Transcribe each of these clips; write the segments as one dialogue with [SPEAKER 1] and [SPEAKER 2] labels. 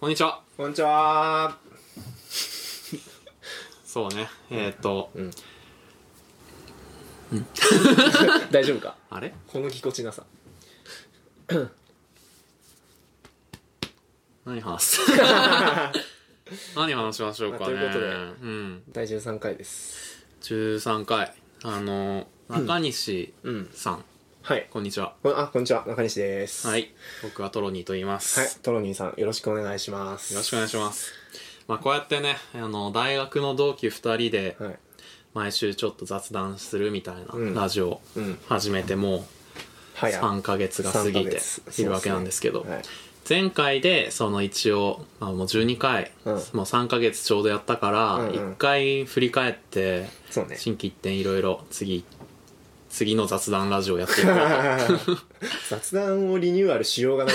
[SPEAKER 1] こんにちは
[SPEAKER 2] こんにちは。
[SPEAKER 1] そうねえーっと、
[SPEAKER 2] うん。大丈夫か
[SPEAKER 1] あれ
[SPEAKER 2] このぎこちなさ。
[SPEAKER 1] 何話 す何話しましょうかね
[SPEAKER 2] まあということで
[SPEAKER 1] うん、
[SPEAKER 2] 第13回です。
[SPEAKER 1] 13回あの中西
[SPEAKER 2] うん。
[SPEAKER 1] さん、
[SPEAKER 2] はい。
[SPEAKER 1] こんにちは
[SPEAKER 2] こんあ、こんにちは。中西です。
[SPEAKER 1] は。い僕はトロニーと言います、
[SPEAKER 2] はい。トロニーさん、よろしくお願いします。。
[SPEAKER 1] よろしくお願いしますすまあこうやってねあの大学の同期2人で
[SPEAKER 2] はい。
[SPEAKER 1] 毎週ちょっと雑談するみたいな
[SPEAKER 2] うん
[SPEAKER 1] ラジオ
[SPEAKER 2] うん。
[SPEAKER 1] 始めてもう
[SPEAKER 2] は
[SPEAKER 1] 3ヶ月が過ぎているわけなんですけど、
[SPEAKER 2] はい。
[SPEAKER 1] 前回でその一応、まあ、もう12回、
[SPEAKER 2] うん
[SPEAKER 1] もう3ヶ月ちょうどやったから
[SPEAKER 2] うんうん
[SPEAKER 1] 1回振り返って
[SPEAKER 2] そうね。
[SPEAKER 1] 心機一転いろいろ次次の雑談ラジオやっていこう
[SPEAKER 2] 雑談をリニューアルしようがない。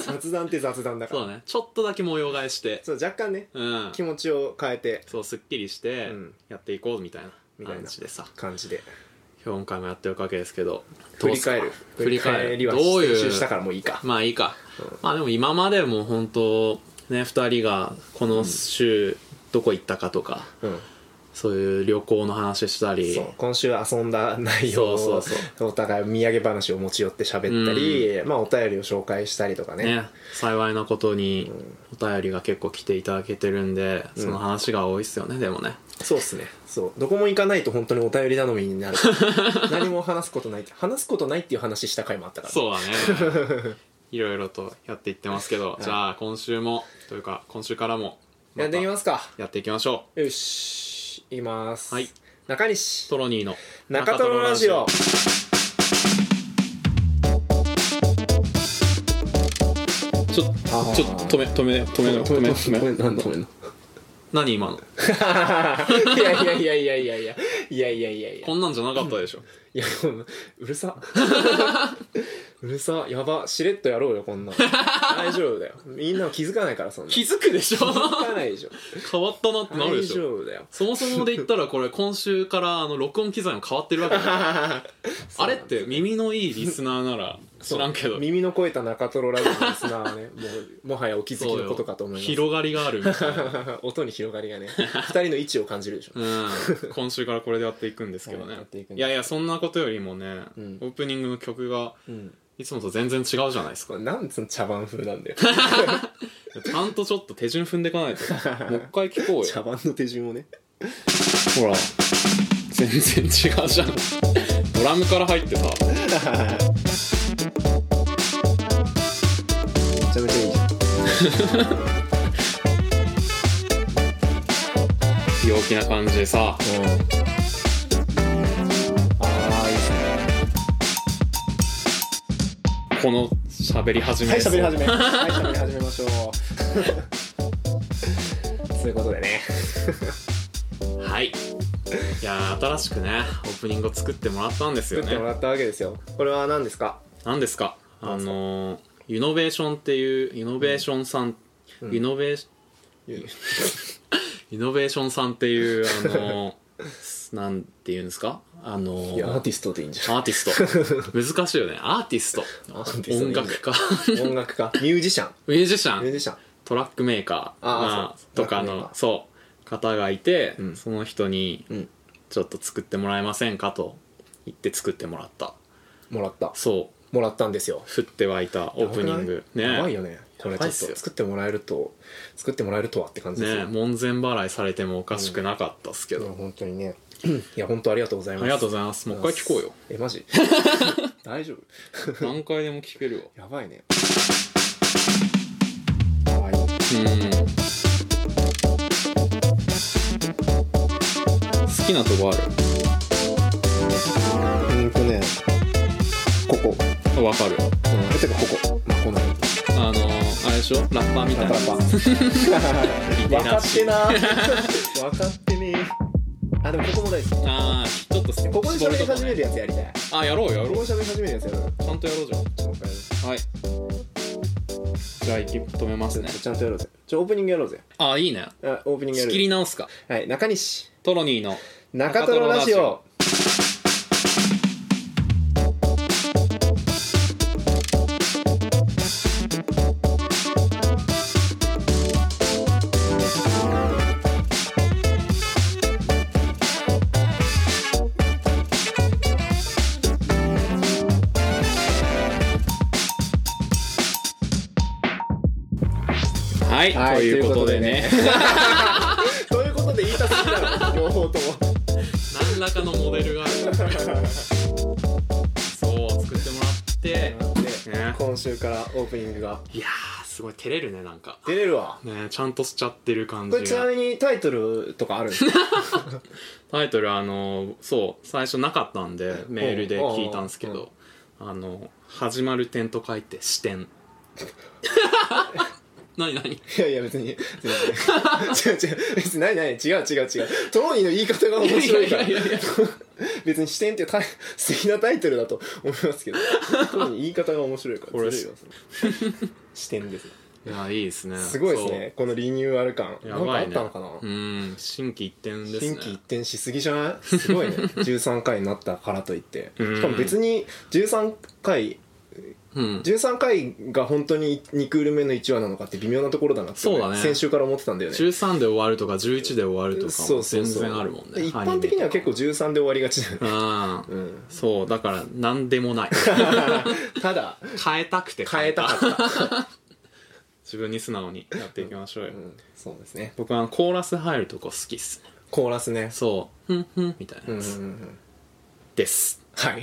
[SPEAKER 2] 雑談って雑談だ から。
[SPEAKER 1] そうねちょっとだけ模様替えして
[SPEAKER 2] そう、若干ね、
[SPEAKER 1] うん
[SPEAKER 2] 気持ちを変えて、
[SPEAKER 1] そうすっきりして
[SPEAKER 2] うん
[SPEAKER 1] やっていこうみたい
[SPEAKER 2] み
[SPEAKER 1] な
[SPEAKER 2] たいな
[SPEAKER 1] 感じでさ
[SPEAKER 2] 感じで。
[SPEAKER 1] 今回もやっていくわけですけど
[SPEAKER 2] 振り返る。
[SPEAKER 1] どうっすか振り返る
[SPEAKER 2] りは
[SPEAKER 1] どう
[SPEAKER 2] 練習し
[SPEAKER 1] い
[SPEAKER 2] た
[SPEAKER 1] う
[SPEAKER 2] からもういいか。
[SPEAKER 1] まあいいか、まあでも今までも本当ね2人がこの週どこ行ったかとか、
[SPEAKER 2] うん。
[SPEAKER 1] そういう旅行の話したり
[SPEAKER 2] そう今週遊んだ内容を
[SPEAKER 1] そうそう
[SPEAKER 2] お互い土産話を持ち寄って喋ったり、まあ、お便りを紹介したりとかね
[SPEAKER 1] ね幸いなことにお便りが結構来ていただけてるんで、その話が多いっすよねでもね
[SPEAKER 2] そうっすねそうどこも行かないと本当にお便り頼みになる 何も話すことない話すことないっていう話した回もあったから
[SPEAKER 1] そうだね いろいろとやっていってますけど、じゃあ今週もというか今週からもま
[SPEAKER 2] やって
[SPEAKER 1] た
[SPEAKER 2] いきますか
[SPEAKER 1] やっていきましょ
[SPEAKER 2] よしいきます、
[SPEAKER 1] はい
[SPEAKER 2] 中
[SPEAKER 1] う
[SPEAKER 2] 西
[SPEAKER 1] トロニーの
[SPEAKER 2] 中トロラジオ
[SPEAKER 1] ちょ
[SPEAKER 2] あー
[SPEAKER 1] ちょ止め止め止め止め止め
[SPEAKER 2] めなんだごめんな
[SPEAKER 1] 何今の
[SPEAKER 2] いやいやいやいやいやいやいやいやいやいや
[SPEAKER 1] こんなんじゃなかったでしょ
[SPEAKER 2] いやでもうる さうるさやばしれっとやろうよこんなの大丈夫だよみんな気づかないからそんな
[SPEAKER 1] 気づくでしょ
[SPEAKER 2] 気づかないでしょ
[SPEAKER 1] 変わったなってなる
[SPEAKER 2] 大
[SPEAKER 1] でしょ
[SPEAKER 2] 丈夫だよ
[SPEAKER 1] そもそもで言ったらこれ今週からあの録音機材も変わってる わけだからあれって耳のいいリスナーなら知らんけど
[SPEAKER 2] 耳の肥えた中トロラジオのリスナーはねもうもはやお気づきのことかと思います
[SPEAKER 1] 広がりがあるみたいな
[SPEAKER 2] 音に広がりがね二人の位置を感じるでしょ
[SPEAKER 1] うん 今週からこれでやっていくんですけど
[SPEAKER 2] は
[SPEAKER 1] ね
[SPEAKER 2] いやっていくんです
[SPEAKER 1] いやいやそんなことよりもね
[SPEAKER 2] うん
[SPEAKER 1] オープニングの曲が
[SPEAKER 2] うん
[SPEAKER 1] いつもと全然違うじゃないですか
[SPEAKER 2] なんでその茶番風なんだよ
[SPEAKER 1] ちゃんとちょっと手順踏んでいかないともう一回聞こう
[SPEAKER 2] 茶番の手順をね
[SPEAKER 1] よほら全然違うじゃんドラムから入ってさ
[SPEAKER 2] めちゃめちゃいいじゃん
[SPEAKER 1] 陽気な感じでさ
[SPEAKER 2] ああいいですね
[SPEAKER 1] この喋り始め
[SPEAKER 2] はい、喋り
[SPEAKER 1] そう
[SPEAKER 2] 始め。はい、喋り始めましょう。 そういうことでね。
[SPEAKER 1] はい。いやー新しくねオープニングを作ってもらったんです
[SPEAKER 2] 作
[SPEAKER 1] よ
[SPEAKER 2] っても
[SPEAKER 1] ね。
[SPEAKER 2] らったわけですよ。これは何ですか。
[SPEAKER 1] 何ですかあのー、ユノベーションっていうユノベーションさん、
[SPEAKER 2] うん
[SPEAKER 1] ユノベーシ
[SPEAKER 2] ユ
[SPEAKER 1] ユノベーションさんっていうあの ー、なんていうんですかあの
[SPEAKER 2] いや、アー
[SPEAKER 1] ー、
[SPEAKER 2] ティストでいいんじゃ
[SPEAKER 1] アーティスト 難しいよねアーティスト
[SPEAKER 2] アーティスト
[SPEAKER 1] 音楽家
[SPEAKER 2] ない。音楽家、ミュージシャン、
[SPEAKER 1] ミュージシャ
[SPEAKER 2] ミュー
[SPEAKER 1] ン
[SPEAKER 2] ジシャン。
[SPEAKER 1] トラックメーカー
[SPEAKER 2] あー
[SPEAKER 1] まあ
[SPEAKER 2] そう
[SPEAKER 1] とか
[SPEAKER 2] トラックメー
[SPEAKER 1] の
[SPEAKER 2] カー
[SPEAKER 1] そう方がいて、
[SPEAKER 2] うん
[SPEAKER 1] その人に
[SPEAKER 2] うん、
[SPEAKER 1] ちょっと作ってもらえませんかと言って作ってもらった
[SPEAKER 2] もらった。
[SPEAKER 1] そう
[SPEAKER 2] もらったんですよ。
[SPEAKER 1] 降って湧いたオープニングね
[SPEAKER 2] やばいよね。それちょ
[SPEAKER 1] やばい
[SPEAKER 2] っ
[SPEAKER 1] っすよ
[SPEAKER 2] と作ってもらえると、作ってもらえるとはって感じです
[SPEAKER 1] ね
[SPEAKER 2] よ。
[SPEAKER 1] 門前払いされてもおかしくなかったっすけ
[SPEAKER 2] い
[SPEAKER 1] ど、
[SPEAKER 2] や本当にね。いや、本当ありがとうございます。
[SPEAKER 1] ありがとう
[SPEAKER 2] う
[SPEAKER 1] ございますもう一回聞こうよ。
[SPEAKER 2] え、マジ。 大丈夫。
[SPEAKER 1] 何回でも聞けるわ
[SPEAKER 2] やばいね。かわいい。
[SPEAKER 1] うん好きなとこある
[SPEAKER 2] うんとねここ、
[SPEAKER 1] わかる
[SPEAKER 2] うん、てかここ、まあ、この辺
[SPEAKER 1] あのー、あれでしょラッパーみたいな
[SPEAKER 2] ラッパー
[SPEAKER 1] 分
[SPEAKER 2] 分
[SPEAKER 1] か
[SPEAKER 2] か
[SPEAKER 1] っ
[SPEAKER 2] っててな分かってねあでもここも大好き
[SPEAKER 1] あーちょっと好き
[SPEAKER 2] ここで喋り始める
[SPEAKER 1] や
[SPEAKER 2] やつやりたい
[SPEAKER 1] あやろうや
[SPEAKER 2] こ
[SPEAKER 1] ろ
[SPEAKER 2] こ
[SPEAKER 1] う
[SPEAKER 2] で喋り始めるやつやる
[SPEAKER 1] ちゃんとやろうじゃ
[SPEAKER 2] ちょっと
[SPEAKER 1] んはいじゃあ息止めますね
[SPEAKER 2] ちゃんとやろうぜちょオープニングやろうぜ
[SPEAKER 1] あーいいね
[SPEAKER 2] あオープニングや
[SPEAKER 1] 仕
[SPEAKER 2] る
[SPEAKER 1] 切り直すか
[SPEAKER 2] はい中西
[SPEAKER 1] トロニーの
[SPEAKER 2] 中トロラジオ
[SPEAKER 1] はい、
[SPEAKER 2] はい
[SPEAKER 1] ということでね
[SPEAKER 2] ということで言いたすぎだろ両方とも
[SPEAKER 1] 何らかのモデルがあるそう作ってもらって
[SPEAKER 2] で今週からオープニングが
[SPEAKER 1] いやーすごい照れるねなんか
[SPEAKER 2] 出れるわ
[SPEAKER 1] ねちゃんとしちゃってる感
[SPEAKER 2] こ
[SPEAKER 1] じ
[SPEAKER 2] れちな
[SPEAKER 1] が
[SPEAKER 2] みにタイトルとかあるんですか
[SPEAKER 1] タイトルあのそう最初なかったんでメールで聞いたんですけ
[SPEAKER 2] うんうん
[SPEAKER 1] どあの始まる点と書いて視 点何何
[SPEAKER 2] いやいや別に全然違う違う別に何何違う違う違うトロニーの言い方が面白いから
[SPEAKER 1] いやいやいやいや
[SPEAKER 2] 別に視点ってタイ素敵なタイトルだと思いますけどトロニー言い方が面白いから
[SPEAKER 1] これ
[SPEAKER 2] ずるいわそれ視点です
[SPEAKER 1] いやいいですね
[SPEAKER 2] すごいですねこのリニューアル感
[SPEAKER 1] そうやばいね
[SPEAKER 2] なんかあったのか
[SPEAKER 1] う
[SPEAKER 2] な、
[SPEAKER 1] ん新規一点ですね
[SPEAKER 2] 新規一転しすぎじゃないすごいね13回になったからといって
[SPEAKER 1] うん
[SPEAKER 2] しかも別に13回
[SPEAKER 1] うん
[SPEAKER 2] 13回が本当に2クール目の1話なのかって微妙なところだなって
[SPEAKER 1] そうだね
[SPEAKER 2] 先週から思ってたんだよね
[SPEAKER 1] 13で終わるとか11で終わるとか
[SPEAKER 2] そ
[SPEAKER 1] も
[SPEAKER 2] うそ
[SPEAKER 1] 全
[SPEAKER 2] うそう
[SPEAKER 1] 然あるもんね
[SPEAKER 2] 一般的には結構
[SPEAKER 1] アニメ
[SPEAKER 2] 13で終わりがちだよ
[SPEAKER 1] と
[SPEAKER 2] ね、
[SPEAKER 1] かうん
[SPEAKER 2] うん、
[SPEAKER 1] そうだから何でもない
[SPEAKER 2] ただ
[SPEAKER 1] 変えたくて
[SPEAKER 2] 変えたか った、
[SPEAKER 1] 自分に素直にやっていきましょうよ、
[SPEAKER 2] うん、そうですね
[SPEAKER 1] 僕はコーラス入るとこ好きっすね
[SPEAKER 2] コーラスね
[SPEAKER 1] そう「ふんふん」みたいな
[SPEAKER 2] うん
[SPEAKER 1] やつ、
[SPEAKER 2] うんうんうん
[SPEAKER 1] です
[SPEAKER 2] はい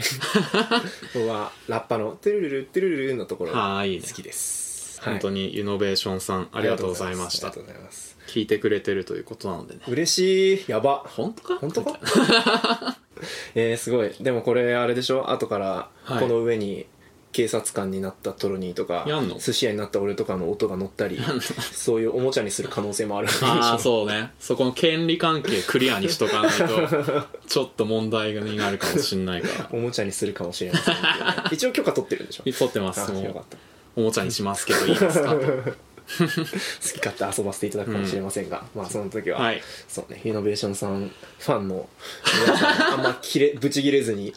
[SPEAKER 2] 僕はラッパの「トゥルルルトゥルルル」のところが
[SPEAKER 1] はーいいね
[SPEAKER 2] 好きです
[SPEAKER 1] 本当
[SPEAKER 2] に
[SPEAKER 1] にイノベーションさんありがとうございまし
[SPEAKER 2] あ
[SPEAKER 1] た
[SPEAKER 2] りがとうございます
[SPEAKER 1] 聞いてくれてるということなのでね
[SPEAKER 2] 嬉しいやば
[SPEAKER 1] 本当か
[SPEAKER 2] 本当
[SPEAKER 1] み
[SPEAKER 2] か
[SPEAKER 1] たい
[SPEAKER 2] えー、すごいでもこれあれでしょ後から
[SPEAKER 1] はい
[SPEAKER 2] この上に警察官になったトロニーとか
[SPEAKER 1] やんの
[SPEAKER 2] 寿司屋になった俺とかの音が乗ったりそういうおもちゃにする可能性もあ る
[SPEAKER 1] なああそうねそこの権利関係クリアにしとかない とちょっと問題になるかもしんないから
[SPEAKER 2] おもちゃにするかもしれませんけ どね一応許可取ってるんでしょ
[SPEAKER 1] 撮ってます
[SPEAKER 2] あ
[SPEAKER 1] も
[SPEAKER 2] よかっ
[SPEAKER 1] う
[SPEAKER 2] た
[SPEAKER 1] おもちゃにしますけどいいです か
[SPEAKER 2] 好き勝手遊ばせていただくかもしれませんが、まあその時は、
[SPEAKER 1] はい
[SPEAKER 2] そうねイノベーションさんファンの皆さんあんま切れブチ切れずに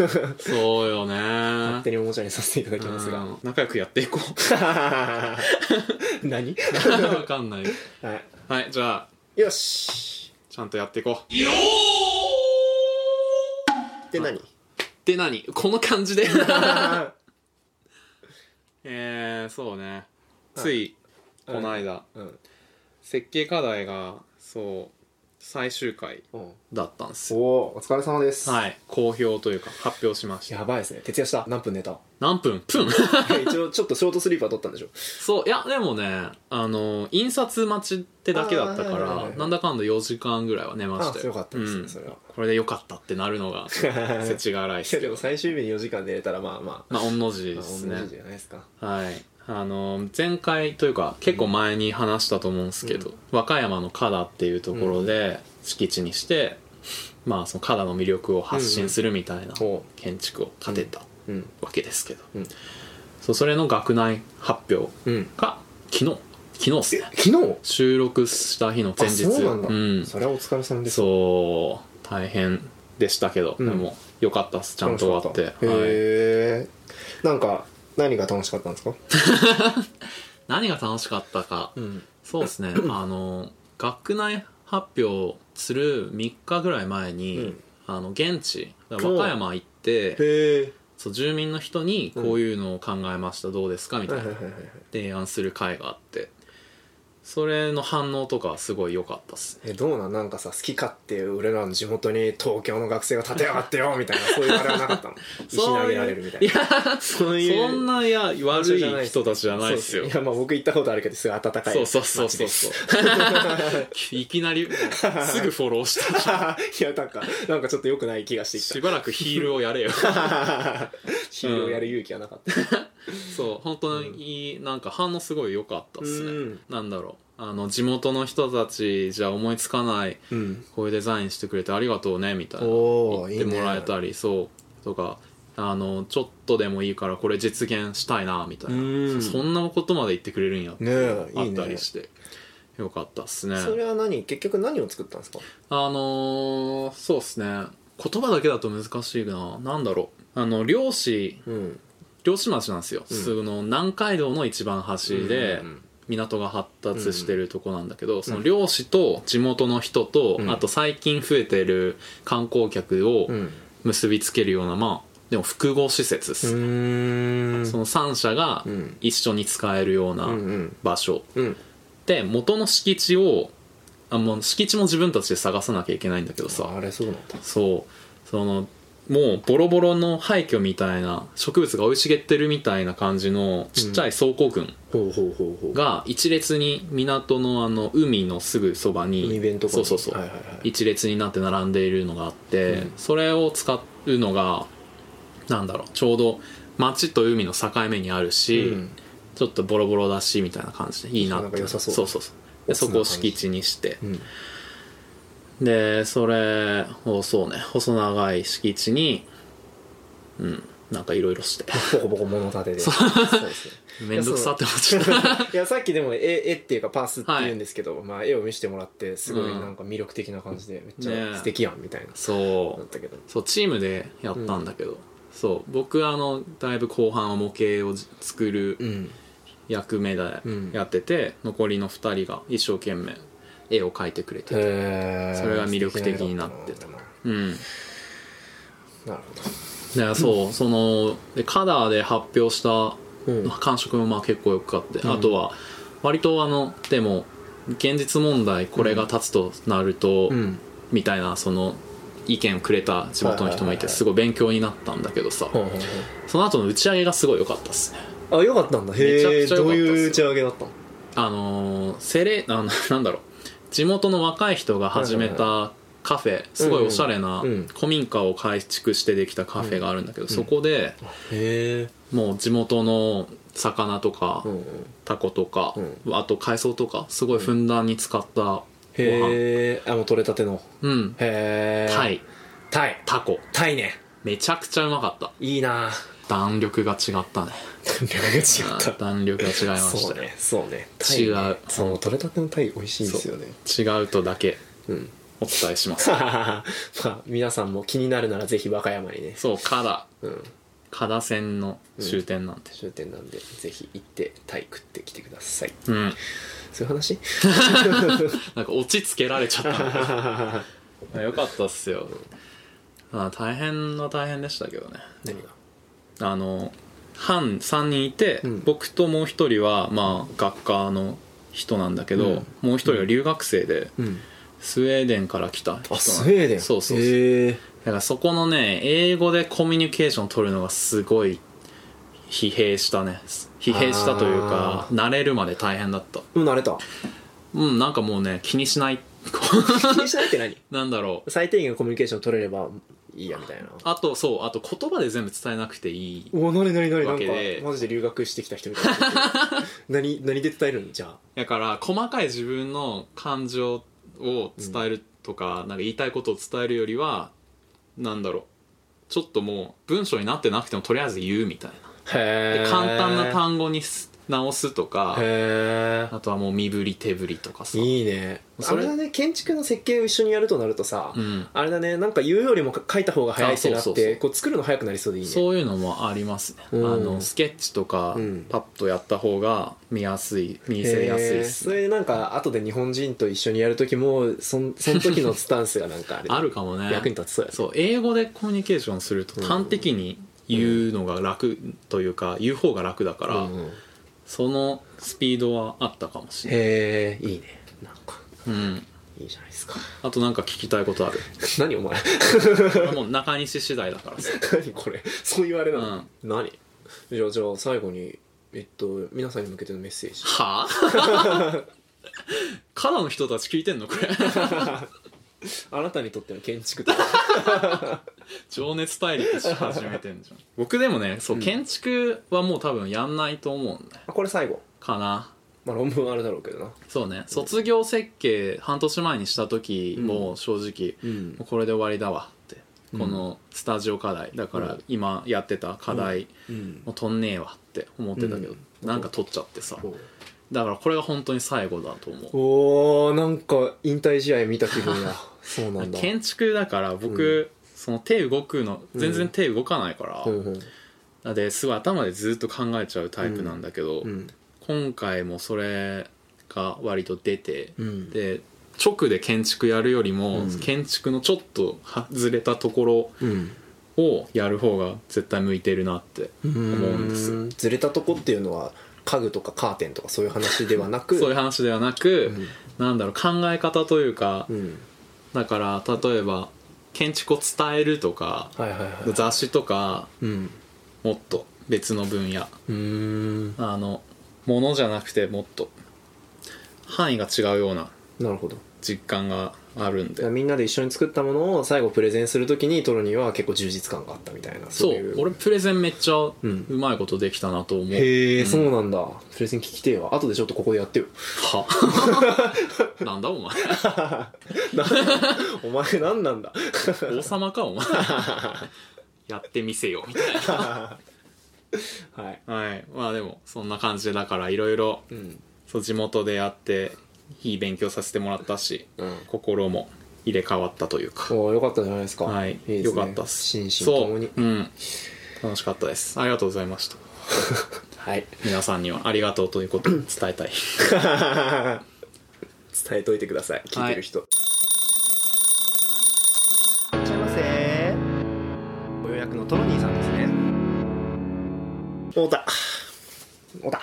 [SPEAKER 1] そうよね
[SPEAKER 2] 勝手におもちゃにさせていただきますが
[SPEAKER 1] うん仲良くやっていこ
[SPEAKER 2] 何
[SPEAKER 1] う わかんない
[SPEAKER 2] は
[SPEAKER 1] はいじゃあ
[SPEAKER 2] いよし
[SPEAKER 1] ちゃんとやっていこう
[SPEAKER 2] で何
[SPEAKER 1] で何この感じで えー、そうねついこの間、
[SPEAKER 2] うん
[SPEAKER 1] 設計課題がそう最終回
[SPEAKER 2] お
[SPEAKER 1] だったんですよ
[SPEAKER 2] おお疲れ様です
[SPEAKER 1] はい公表というか発表しました
[SPEAKER 2] やばいですね徹夜した何分 寝た
[SPEAKER 1] 何分プン
[SPEAKER 2] 一応ちょっとショートスリーパー取ったんでしょ
[SPEAKER 1] そういやでもねあの印刷待ちってだけだったか
[SPEAKER 2] あーはいはいはい
[SPEAKER 1] ら
[SPEAKER 2] はい
[SPEAKER 1] なんだかんだ4時間ぐらいは寝ました
[SPEAKER 2] あ
[SPEAKER 1] よ
[SPEAKER 2] よかったですね
[SPEAKER 1] うん
[SPEAKER 2] それは
[SPEAKER 1] これでよかったってなる のが世知が荒いっ
[SPEAKER 2] いや
[SPEAKER 1] すけ
[SPEAKER 2] で
[SPEAKER 1] ど
[SPEAKER 2] も最終日に4時間寝れたらまあまあ
[SPEAKER 1] まあ御の字で
[SPEAKER 2] まあ
[SPEAKER 1] す
[SPEAKER 2] 同
[SPEAKER 1] ね
[SPEAKER 2] じじゃないですか
[SPEAKER 1] はいあの前回というか結構前に話したと思うんですけど、和歌山の加田っていうところで敷地にして、まあその加田の魅力を発信するみたいな
[SPEAKER 2] ほ
[SPEAKER 1] 建築を建てた
[SPEAKER 2] ううん
[SPEAKER 1] わけですけど、
[SPEAKER 2] うん
[SPEAKER 1] そうそれの学内発表
[SPEAKER 2] うん
[SPEAKER 1] が昨日昨日っすね
[SPEAKER 2] 昨日
[SPEAKER 1] 収録した日の前日
[SPEAKER 2] あそうなんだ、
[SPEAKER 1] うん
[SPEAKER 2] それはお疲れ様です
[SPEAKER 1] そう大変でしたけど、
[SPEAKER 2] うん
[SPEAKER 1] でもよかったっすちゃんと終わって
[SPEAKER 2] 楽しかた
[SPEAKER 1] はい
[SPEAKER 2] へえんか何が楽しかったんですか
[SPEAKER 1] 何が楽しかったか
[SPEAKER 2] うん
[SPEAKER 1] そうです ねあの学内発表する3日ぐらい前に、
[SPEAKER 2] うん
[SPEAKER 1] あの現地和歌山行って
[SPEAKER 2] へえ
[SPEAKER 1] そう住民の人にこういうのを考えました、どうですかみた
[SPEAKER 2] はいい
[SPEAKER 1] な
[SPEAKER 2] はいはいはい
[SPEAKER 1] 提案する会があってそれの反応とかはすごい良かったっすね
[SPEAKER 2] えどうなんなんかさ好き勝手俺らの地元に東京の学生が立てやがってよ みたいなそういうあれはなかったの石
[SPEAKER 1] そういう
[SPEAKER 2] 投げられるみたいなそう
[SPEAKER 1] そんないや悪
[SPEAKER 2] 場所じゃない
[SPEAKER 1] い
[SPEAKER 2] っす
[SPEAKER 1] 人たちじゃないですよ
[SPEAKER 2] そういやまあ僕行ったことあるけどすごい温かい
[SPEAKER 1] そうそうそうそうそう いきなりすぐフォロー した
[SPEAKER 2] ういやなんかなんかちょっと良くない気がしてき
[SPEAKER 1] しばらくヒールをやれよ
[SPEAKER 2] たヒールをやる勇気はなかった、
[SPEAKER 1] そう本当に、なんか反応すごい良かったっすね、
[SPEAKER 2] うん
[SPEAKER 1] なんだろうあの地元の人たちじゃ思いつかない
[SPEAKER 2] うん、
[SPEAKER 1] こういうデザインしてくれてありがとうねみたいな
[SPEAKER 2] おーいい
[SPEAKER 1] 言
[SPEAKER 2] ね
[SPEAKER 1] ってもらえたりそうとかあのちょっとでもいいからこれ実現したいなみたいな、
[SPEAKER 2] うん
[SPEAKER 1] そんなことまで言ってくれるんやって、
[SPEAKER 2] ねえ
[SPEAKER 1] あ
[SPEAKER 2] いい
[SPEAKER 1] っ
[SPEAKER 2] ね
[SPEAKER 1] たりしてよかったっすね
[SPEAKER 2] それは何結局何を作ったんですか
[SPEAKER 1] あのー、そうっすね言葉だけだと難しいななんだろうあの漁師
[SPEAKER 2] うん
[SPEAKER 1] 漁師町なんですよ、
[SPEAKER 2] うん
[SPEAKER 1] その南海道の一番端で、
[SPEAKER 2] うんうん
[SPEAKER 1] 港が発達してるとこなんだけど、その漁師と地元の人と、
[SPEAKER 2] うん
[SPEAKER 1] あと最近増えてる観光客を
[SPEAKER 2] うん
[SPEAKER 1] 結びつけるようなまあでも複合施設です、
[SPEAKER 2] うん
[SPEAKER 1] その3社が
[SPEAKER 2] うん
[SPEAKER 1] 一緒に使えるような
[SPEAKER 2] うん
[SPEAKER 1] 場所
[SPEAKER 2] うん
[SPEAKER 1] って元の敷地をあもう敷地も自分たちで探さなきゃいけないんだけどさ
[SPEAKER 2] あれそうなんだ
[SPEAKER 1] そうそのもうボロボロの廃墟みたいな植物が生い茂ってるみたいな感じのちっちゃい倉庫群
[SPEAKER 2] ほうほうほうほう
[SPEAKER 1] が一列に港のあの海のすぐそばに
[SPEAKER 2] 海弁とか
[SPEAKER 1] そうそうそう、
[SPEAKER 2] はいはいはい
[SPEAKER 1] 一列になって並んでいるのがあって、
[SPEAKER 2] うん
[SPEAKER 1] それを使うのがなんだろうちょうど町と海の境目にあるし、
[SPEAKER 2] うん
[SPEAKER 1] ちょっとボロボロだしみたいな感じでいいなって
[SPEAKER 2] なんか良さそう
[SPEAKER 1] そうそうそうでそこを敷地にして
[SPEAKER 2] うん
[SPEAKER 1] でそれをそうね細長い敷地にうんなんかいろいろして
[SPEAKER 2] ボコボコ物立てでそうですね
[SPEAKER 1] めんどくさって思っちゃった
[SPEAKER 2] いやさっきでも絵絵っていうかパースって言うんですけど、まあ、絵を見せてもらってすごいなんか魅力的な感じでめっち
[SPEAKER 1] ね
[SPEAKER 2] ゃ素敵やんみたいな
[SPEAKER 1] そ
[SPEAKER 2] だっ
[SPEAKER 1] う
[SPEAKER 2] たけど
[SPEAKER 1] そうチームでやったんだけど、そう僕あのだいぶ後半は模型を作る
[SPEAKER 2] うん
[SPEAKER 1] 役目で
[SPEAKER 2] うん
[SPEAKER 1] やってて、残りの2人が一生懸命絵を描いてくれてて
[SPEAKER 2] へー
[SPEAKER 1] それが魅力的になってた
[SPEAKER 2] な
[SPEAKER 1] うん
[SPEAKER 2] る
[SPEAKER 1] でそうそのでカダーで発表した
[SPEAKER 2] ほど、うん、
[SPEAKER 1] 感触もまあ結構よくあって、
[SPEAKER 2] うん
[SPEAKER 1] あとは割とあのでも現実問題これが立つとなると、
[SPEAKER 2] うん
[SPEAKER 1] みたいなその意見くれた地元の人もい
[SPEAKER 2] はいはいはいは
[SPEAKER 1] て
[SPEAKER 2] い
[SPEAKER 1] すごい勉強になったんだけどさ、
[SPEAKER 2] ほうほう
[SPEAKER 1] その後の打ち上げがすごい良かったっすね
[SPEAKER 2] ほうあよかったんだ
[SPEAKER 1] めちゃく
[SPEAKER 2] へえ
[SPEAKER 1] ちゃ良
[SPEAKER 2] ど
[SPEAKER 1] かったっすよ
[SPEAKER 2] ういう打ち上げだったの
[SPEAKER 1] あのーセレあのなん だろう地元の若い人が始めたカフェすごいおしゃれな
[SPEAKER 2] うん
[SPEAKER 1] 古民家を改築してできたカフェがあるんだけど、そこで
[SPEAKER 2] へえ
[SPEAKER 1] もう地元の魚とか、
[SPEAKER 2] うんうん
[SPEAKER 1] タコとか、
[SPEAKER 2] う
[SPEAKER 1] あと海藻とかすごいふんだんに使ったご飯
[SPEAKER 2] へえあもう取れたての
[SPEAKER 1] うん
[SPEAKER 2] へえ
[SPEAKER 1] タイ
[SPEAKER 2] タイ
[SPEAKER 1] タコ
[SPEAKER 2] タイね
[SPEAKER 1] めちゃくちゃうまかった
[SPEAKER 2] いいな
[SPEAKER 1] 弾力が違ったね
[SPEAKER 2] 略が違った
[SPEAKER 1] 弾力が違いまし
[SPEAKER 2] そう
[SPEAKER 1] たよ
[SPEAKER 2] ねそうね
[SPEAKER 1] 違う
[SPEAKER 2] タイねそう取れたてのタイ美味しいんですよね
[SPEAKER 1] 違うとだけ
[SPEAKER 2] うん
[SPEAKER 1] お伝えします
[SPEAKER 2] まあ皆さんも気になるならぜひ和歌山にね
[SPEAKER 1] そう加田
[SPEAKER 2] うん
[SPEAKER 1] 加田線の終点なんて
[SPEAKER 2] 終点なんでぜひ行ってタイ食ってきてください
[SPEAKER 1] うん、
[SPEAKER 2] そういう話
[SPEAKER 1] なんか落ち着けられちゃったよかったっすよあ大変は大変でしたけどね
[SPEAKER 2] 何が
[SPEAKER 1] あの班3人いて、
[SPEAKER 2] うん
[SPEAKER 1] 僕ともう一人は、まあ、学科の人なんだけど、
[SPEAKER 2] うん
[SPEAKER 1] もう一人は留学生で、
[SPEAKER 2] うん
[SPEAKER 1] スウェーデンから来た人なんだ
[SPEAKER 2] あスウェーデン
[SPEAKER 1] そうそうそう
[SPEAKER 2] へえ
[SPEAKER 1] だからそこのね英語でコミュニケーション取るのがすごい疲弊したね疲弊したというか
[SPEAKER 2] あ
[SPEAKER 1] 慣れるまで大変だった
[SPEAKER 2] もう慣れた
[SPEAKER 1] うんなんかもうね気にしない
[SPEAKER 2] 気にしないって何
[SPEAKER 1] なんだろう
[SPEAKER 2] 最低限コミュニケーション取れればいいやみたいな
[SPEAKER 1] あとそうあと言葉で全部伝えなくていいい
[SPEAKER 2] おおなになになにな
[SPEAKER 1] わ
[SPEAKER 2] んか
[SPEAKER 1] けで
[SPEAKER 2] マジで留学してきた人みたい な何何で伝えるんじゃあ
[SPEAKER 1] だから細かい自分の感情を伝えるとか,、なんか言いたいことを伝えるよりはなんだろうちょっともう文章になってなくてもとりあえず言うみたいな
[SPEAKER 2] へ
[SPEAKER 1] で
[SPEAKER 2] え
[SPEAKER 1] 簡単な単語にす直すとか
[SPEAKER 2] へ
[SPEAKER 1] あとはもう身振り手振りとかさ
[SPEAKER 2] えいいね
[SPEAKER 1] そ
[SPEAKER 2] あ
[SPEAKER 1] れ
[SPEAKER 2] れだね建築の設計を一緒にやるとなるとさ、
[SPEAKER 1] うん
[SPEAKER 2] あれだねなんか言うよりも書いた方が早いってな
[SPEAKER 1] あ
[SPEAKER 2] っ
[SPEAKER 1] そうそうそう
[SPEAKER 2] てこう作るの早くなりそうでいいね
[SPEAKER 1] そういうのもありますねあ
[SPEAKER 2] うん
[SPEAKER 1] のスケッチとか
[SPEAKER 2] うん
[SPEAKER 1] パッとやった方が見やすい見せやすい
[SPEAKER 2] へ
[SPEAKER 1] で
[SPEAKER 2] ー
[SPEAKER 1] す
[SPEAKER 2] そ
[SPEAKER 1] ね
[SPEAKER 2] れでなんか後で日本人と一緒にやる時もそんその時のスタンスがなんかあれ
[SPEAKER 1] あるかもね
[SPEAKER 2] 役に立つそうやね
[SPEAKER 1] そう英語でコミュニケーションすると端的に言うのが楽というか、言う方が楽だから、
[SPEAKER 2] うんうん
[SPEAKER 1] そのスピードはあったかもしれない、
[SPEAKER 2] へえいいねなんか
[SPEAKER 1] うん、
[SPEAKER 2] いいじゃないですか
[SPEAKER 1] あとなんか聞きたいことあ る
[SPEAKER 2] 何お前
[SPEAKER 1] これもう中西次第だから さ
[SPEAKER 2] 何これそういうあれなの、何じゃあじゃあ最後にえっと皆さんに向けてのメッセージ
[SPEAKER 1] は あカナの人たち聞いてんのこ れ
[SPEAKER 2] あなたにとっての建築と
[SPEAKER 1] 情熱大陸し始めてんじゃん 僕でもねそう、建築はもう多分やんないと思うんだよ
[SPEAKER 2] あこれ最後
[SPEAKER 1] かな
[SPEAKER 2] まあ論文あるだろうけどな
[SPEAKER 1] そうね卒業設計半年前にした時も正直、
[SPEAKER 2] うん
[SPEAKER 1] もうこれで終わりだわって、このスタジオ課題だか
[SPEAKER 2] う
[SPEAKER 1] ら
[SPEAKER 2] ん
[SPEAKER 1] 今やってた課題、
[SPEAKER 2] うん
[SPEAKER 1] もう取んねえわって思ってたけど、
[SPEAKER 2] うん
[SPEAKER 1] なんか取っちゃってさだからこれが本当に最後だと思う
[SPEAKER 2] おーなんか引退試合見た気分やそうなんだ
[SPEAKER 1] 建築だから僕、その手動くの全然手動かないから、
[SPEAKER 2] うんうん
[SPEAKER 1] なのですごい頭でずっと考えちゃうタイプなんだけど、
[SPEAKER 2] うん
[SPEAKER 1] 今回もそれが割と出て、
[SPEAKER 2] うん
[SPEAKER 1] で直で建築やるよりも、
[SPEAKER 2] うん
[SPEAKER 1] 建築のちょっと外れたところ
[SPEAKER 2] うん
[SPEAKER 1] をやる方が絶対向いてるなって
[SPEAKER 2] 思
[SPEAKER 1] うんです
[SPEAKER 2] ずれたとこっていうのは家具とかカーテンとかそういう話ではなく
[SPEAKER 1] そういう話ではなく、なんだろう考え方というか、
[SPEAKER 2] うん、うん、
[SPEAKER 1] だから例えば建築を伝えるとか
[SPEAKER 2] はいはいはい
[SPEAKER 1] 雑誌とか
[SPEAKER 2] うん
[SPEAKER 1] もっと別の分野
[SPEAKER 2] うーん
[SPEAKER 1] あのものじゃなくてもっと範囲が違うような
[SPEAKER 2] なるほど
[SPEAKER 1] 実感があるん
[SPEAKER 2] だから
[SPEAKER 1] で
[SPEAKER 2] みんなで一緒に作ったものを最後プレゼンするときにトロニーは結構充実感があったみたいな
[SPEAKER 1] そう
[SPEAKER 2] いう
[SPEAKER 1] 俺プレゼンめっちゃうんまいことできたなと思う、
[SPEAKER 2] へえ、
[SPEAKER 1] うん
[SPEAKER 2] そうなんだプレゼン聞きてえわ後でちょっとここでやってよ
[SPEAKER 1] は なんだお前
[SPEAKER 2] お前何なんだ
[SPEAKER 1] 王様かお 前やってみせよみたい
[SPEAKER 2] はい、
[SPEAKER 1] なはいまあでもそんな感じでだからいろいろ
[SPEAKER 2] うん
[SPEAKER 1] そう地元でやっていい勉強させてもらったし
[SPEAKER 2] うん、
[SPEAKER 1] 心も入れ替わったというか
[SPEAKER 2] おーよかったじゃないですか
[SPEAKER 1] はい
[SPEAKER 2] いですね
[SPEAKER 1] よかったっす
[SPEAKER 2] 心身ともに
[SPEAKER 1] そう、うん、楽しかったですありがとうございました
[SPEAKER 2] はい
[SPEAKER 1] 皆さんにはありがとうという ことを伝えたい
[SPEAKER 2] 伝えといてください聞いてる人、い、らっしゃいませご予約のトロニーさんですねおたおた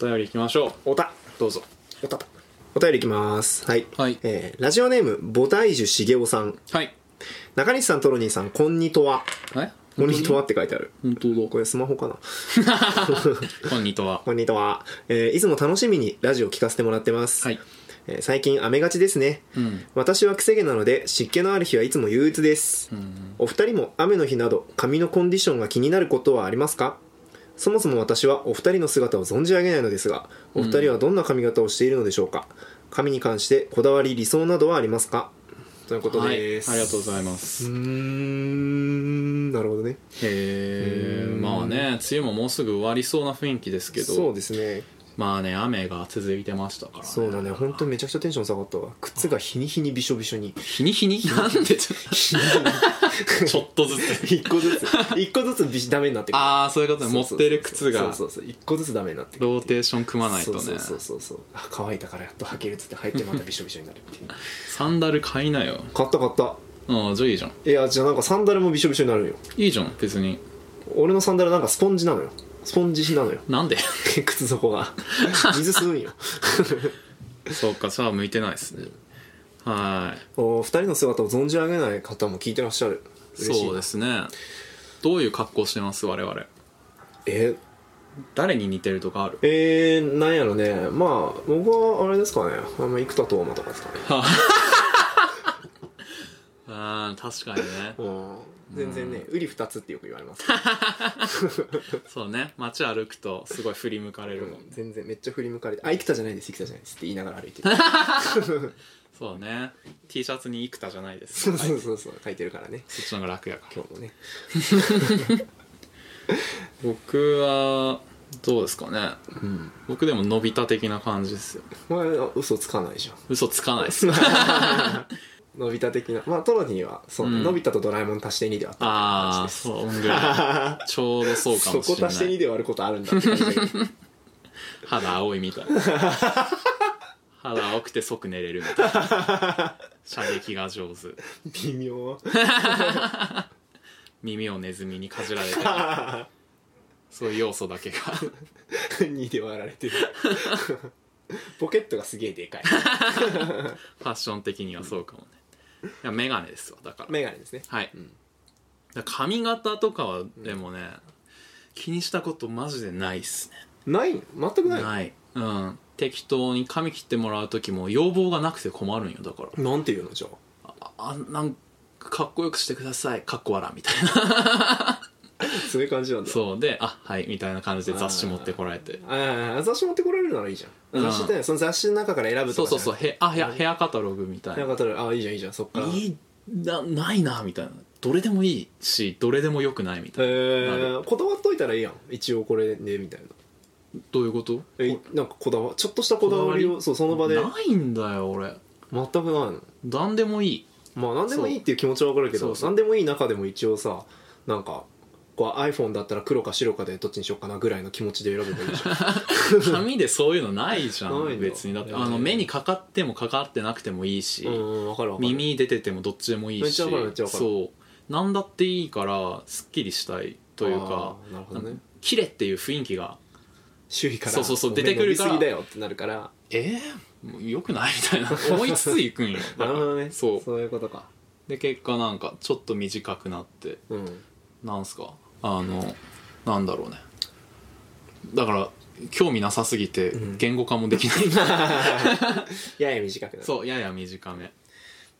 [SPEAKER 1] お便りいきましょう
[SPEAKER 2] おた
[SPEAKER 1] どうぞ
[SPEAKER 2] おたお便りいきますはい、
[SPEAKER 1] はい
[SPEAKER 2] えーラジオネームボタイジュ茂雄さん
[SPEAKER 1] はい
[SPEAKER 2] 中西さんトロニーさんこんにとは
[SPEAKER 1] え
[SPEAKER 2] こんにとはって書いてある
[SPEAKER 1] 本当だ
[SPEAKER 2] これスマホかな
[SPEAKER 1] こんにちは
[SPEAKER 2] こんにとは、えーいつも楽しみにラジオ聞かせてもらってます、
[SPEAKER 1] はい
[SPEAKER 2] えー最近雨がちですね
[SPEAKER 1] うん
[SPEAKER 2] 私は癖毛なので湿気のある日はいつも憂鬱です、
[SPEAKER 1] うん
[SPEAKER 2] お二人も雨の日など髪のコンディションが気になることはありますかそもそも私はお二人の姿を存じ上げないのですがお二人はどんな髪型をしているのでしょうか、髪に関してこだわり理想などはありますかということ
[SPEAKER 1] はいあ
[SPEAKER 2] で
[SPEAKER 1] り
[SPEAKER 2] す、
[SPEAKER 1] がとうご
[SPEAKER 2] い
[SPEAKER 1] ざいま
[SPEAKER 2] ますうーんなるほどね
[SPEAKER 1] へえ
[SPEAKER 2] うん
[SPEAKER 1] まあね梅雨ももうすぐ終わりそうな雰囲気ですけ
[SPEAKER 2] そう
[SPEAKER 1] ど
[SPEAKER 2] ですね
[SPEAKER 1] まあね雨が続いてましたからね
[SPEAKER 2] そうだね本当にめちゃくちゃテンション下がったわ靴が日に日にびしょびしょ に
[SPEAKER 1] 日に日になんでちょちょっとずつ
[SPEAKER 2] 一個ずつ 一個ずつびしダメになってくる
[SPEAKER 1] ああそういうことね持ってる靴が
[SPEAKER 2] そうそうそう一個ずつダメになってくる
[SPEAKER 1] ローテーション組まないとね
[SPEAKER 2] そうそうそうそうあ乾いたからやっと履けるっつって履いてまたびしょびしょになるっていう
[SPEAKER 1] サンダル買いなよ
[SPEAKER 2] 買った買った
[SPEAKER 1] ああじゃあいいじゃん
[SPEAKER 2] いやじゃあなんかサンダルもびしょびしょになるよ
[SPEAKER 1] いいじゃん別に
[SPEAKER 2] 俺のサンダルなんかスポンジなのよスポンジなのよ
[SPEAKER 1] なんで
[SPEAKER 2] 靴底 が水吸うんよ
[SPEAKER 1] そうかさあ向いてないですねは
[SPEAKER 2] お二人の姿を存じ上げない方も聞いてらっしゃる
[SPEAKER 1] い
[SPEAKER 2] 嬉しい
[SPEAKER 1] そうですねどういう格好してます我々
[SPEAKER 2] え
[SPEAKER 1] 誰に似てるとかある
[SPEAKER 2] えー、なんやろねまあ僕はあれですかねあんま生田斗真とかですかね
[SPEAKER 1] あー確かにね
[SPEAKER 2] うん全然ね瓜二つってよく言われ ます
[SPEAKER 1] そうね街歩くとすごい振り向かれるもん、
[SPEAKER 2] うん全然めっちゃ振り向かれて「あ生田じゃないです生田じゃないです」って言いながら歩いて る
[SPEAKER 1] そうね T シャツに幾多じゃないです
[SPEAKER 2] そう
[SPEAKER 1] はい
[SPEAKER 2] そうそうそう書いてるからね
[SPEAKER 1] そっちの方が楽やから
[SPEAKER 2] 今日もね
[SPEAKER 1] 僕はどうですかね
[SPEAKER 2] うん
[SPEAKER 1] 僕でも伸びた的な感じですよ
[SPEAKER 2] お前は嘘つかないじゃん
[SPEAKER 1] 嘘つかないです
[SPEAKER 2] のび太的なまあトロニーはそう、
[SPEAKER 1] うん
[SPEAKER 2] のび太とドラえもん足して2で割ったみたいな
[SPEAKER 1] あ
[SPEAKER 2] 感
[SPEAKER 1] あ
[SPEAKER 2] じです
[SPEAKER 1] そうぐらい ちょうどそうかもし
[SPEAKER 2] そ
[SPEAKER 1] れ
[SPEAKER 2] こ
[SPEAKER 1] な
[SPEAKER 2] 足して2
[SPEAKER 1] い
[SPEAKER 2] で割ることあるん だって感じだけど
[SPEAKER 1] 肌青いみたい な肌青くて即寝れるみたいな射撃が上手
[SPEAKER 2] 微妙
[SPEAKER 1] 耳をネズミにかじられてるそういう要素だけが
[SPEAKER 2] 2で割られてる ポケットがすげえでかい
[SPEAKER 1] ファッション的にはそうかもねいやメガネですわだから
[SPEAKER 2] メガネですね
[SPEAKER 1] はい、
[SPEAKER 2] うん
[SPEAKER 1] だから髪型とかはでもね、気にしたことマジでないっすね
[SPEAKER 2] ない全くない
[SPEAKER 1] ない、うん、適当に髪切ってもらう時も要望がなくて困るんよだから
[SPEAKER 2] なんていうのじゃあ
[SPEAKER 1] ああなんかかっこよくしてくださいかっこわらみたいな
[SPEAKER 2] そういう感じなんだ
[SPEAKER 1] そうであはいみたいな感じで雑誌持ってこられて
[SPEAKER 2] ああ雑誌持ってこられるならいいじゃん、
[SPEAKER 1] うん
[SPEAKER 2] 雑誌ってその雑誌の中から選ぶ
[SPEAKER 1] そ
[SPEAKER 2] と
[SPEAKER 1] う
[SPEAKER 2] かじ
[SPEAKER 1] そ
[SPEAKER 2] ゃ
[SPEAKER 1] う
[SPEAKER 2] な
[SPEAKER 1] そうへあヘアヘアカタログみたい
[SPEAKER 2] な
[SPEAKER 1] なん
[SPEAKER 2] かったらああいいじゃんいいじゃんそっから
[SPEAKER 1] いいなないなみたいなどれでもいいしどれでもよくないみたいな、
[SPEAKER 2] えー、こだわっといたらいいやん一応これでみたいな
[SPEAKER 1] どういうこと
[SPEAKER 2] えなんかこだわちょっとしたこだわり
[SPEAKER 1] こだわ
[SPEAKER 2] をそうその場で
[SPEAKER 1] ないんだよ俺
[SPEAKER 2] 全くないの
[SPEAKER 1] 何でもい い
[SPEAKER 2] まあ何でもいいっていう気持ちは分かるけ
[SPEAKER 1] そ
[SPEAKER 2] ど
[SPEAKER 1] うそう
[SPEAKER 2] 何でもいい中でも一応さなんかこう iPhone だったら黒か白かでどっちにしようかなぐらいの気持ちで選べばいいじゃん
[SPEAKER 1] 紙でそういうのないじゃ
[SPEAKER 2] ない
[SPEAKER 1] ん
[SPEAKER 2] の
[SPEAKER 1] 別にだって
[SPEAKER 2] えー
[SPEAKER 1] あの目にかかってもかかってなくてもいいし、
[SPEAKER 2] うん分かる分かる
[SPEAKER 1] 耳出ててもどっちでもいいし
[SPEAKER 2] めっちゃわかるめっちゃわかる
[SPEAKER 1] そうなんだっていいからすっきりしたいというか
[SPEAKER 2] あーなるほどね
[SPEAKER 1] キレっていう雰囲気が
[SPEAKER 2] 周囲から
[SPEAKER 1] そうそうそう
[SPEAKER 2] お前
[SPEAKER 1] 出てくるから
[SPEAKER 2] 飲みすぎだよってなるから
[SPEAKER 1] えー、もうよくないみ たいな思いつつ行くんよ
[SPEAKER 2] なるほどね
[SPEAKER 1] そう
[SPEAKER 2] そういうことか
[SPEAKER 1] で結果なんかちょっと短くなって
[SPEAKER 2] うん
[SPEAKER 1] なんすかあのなんだろうねだから興味なさすぎて
[SPEAKER 2] うん
[SPEAKER 1] 言語化もできない、
[SPEAKER 2] やや短くなる
[SPEAKER 1] そうやや短め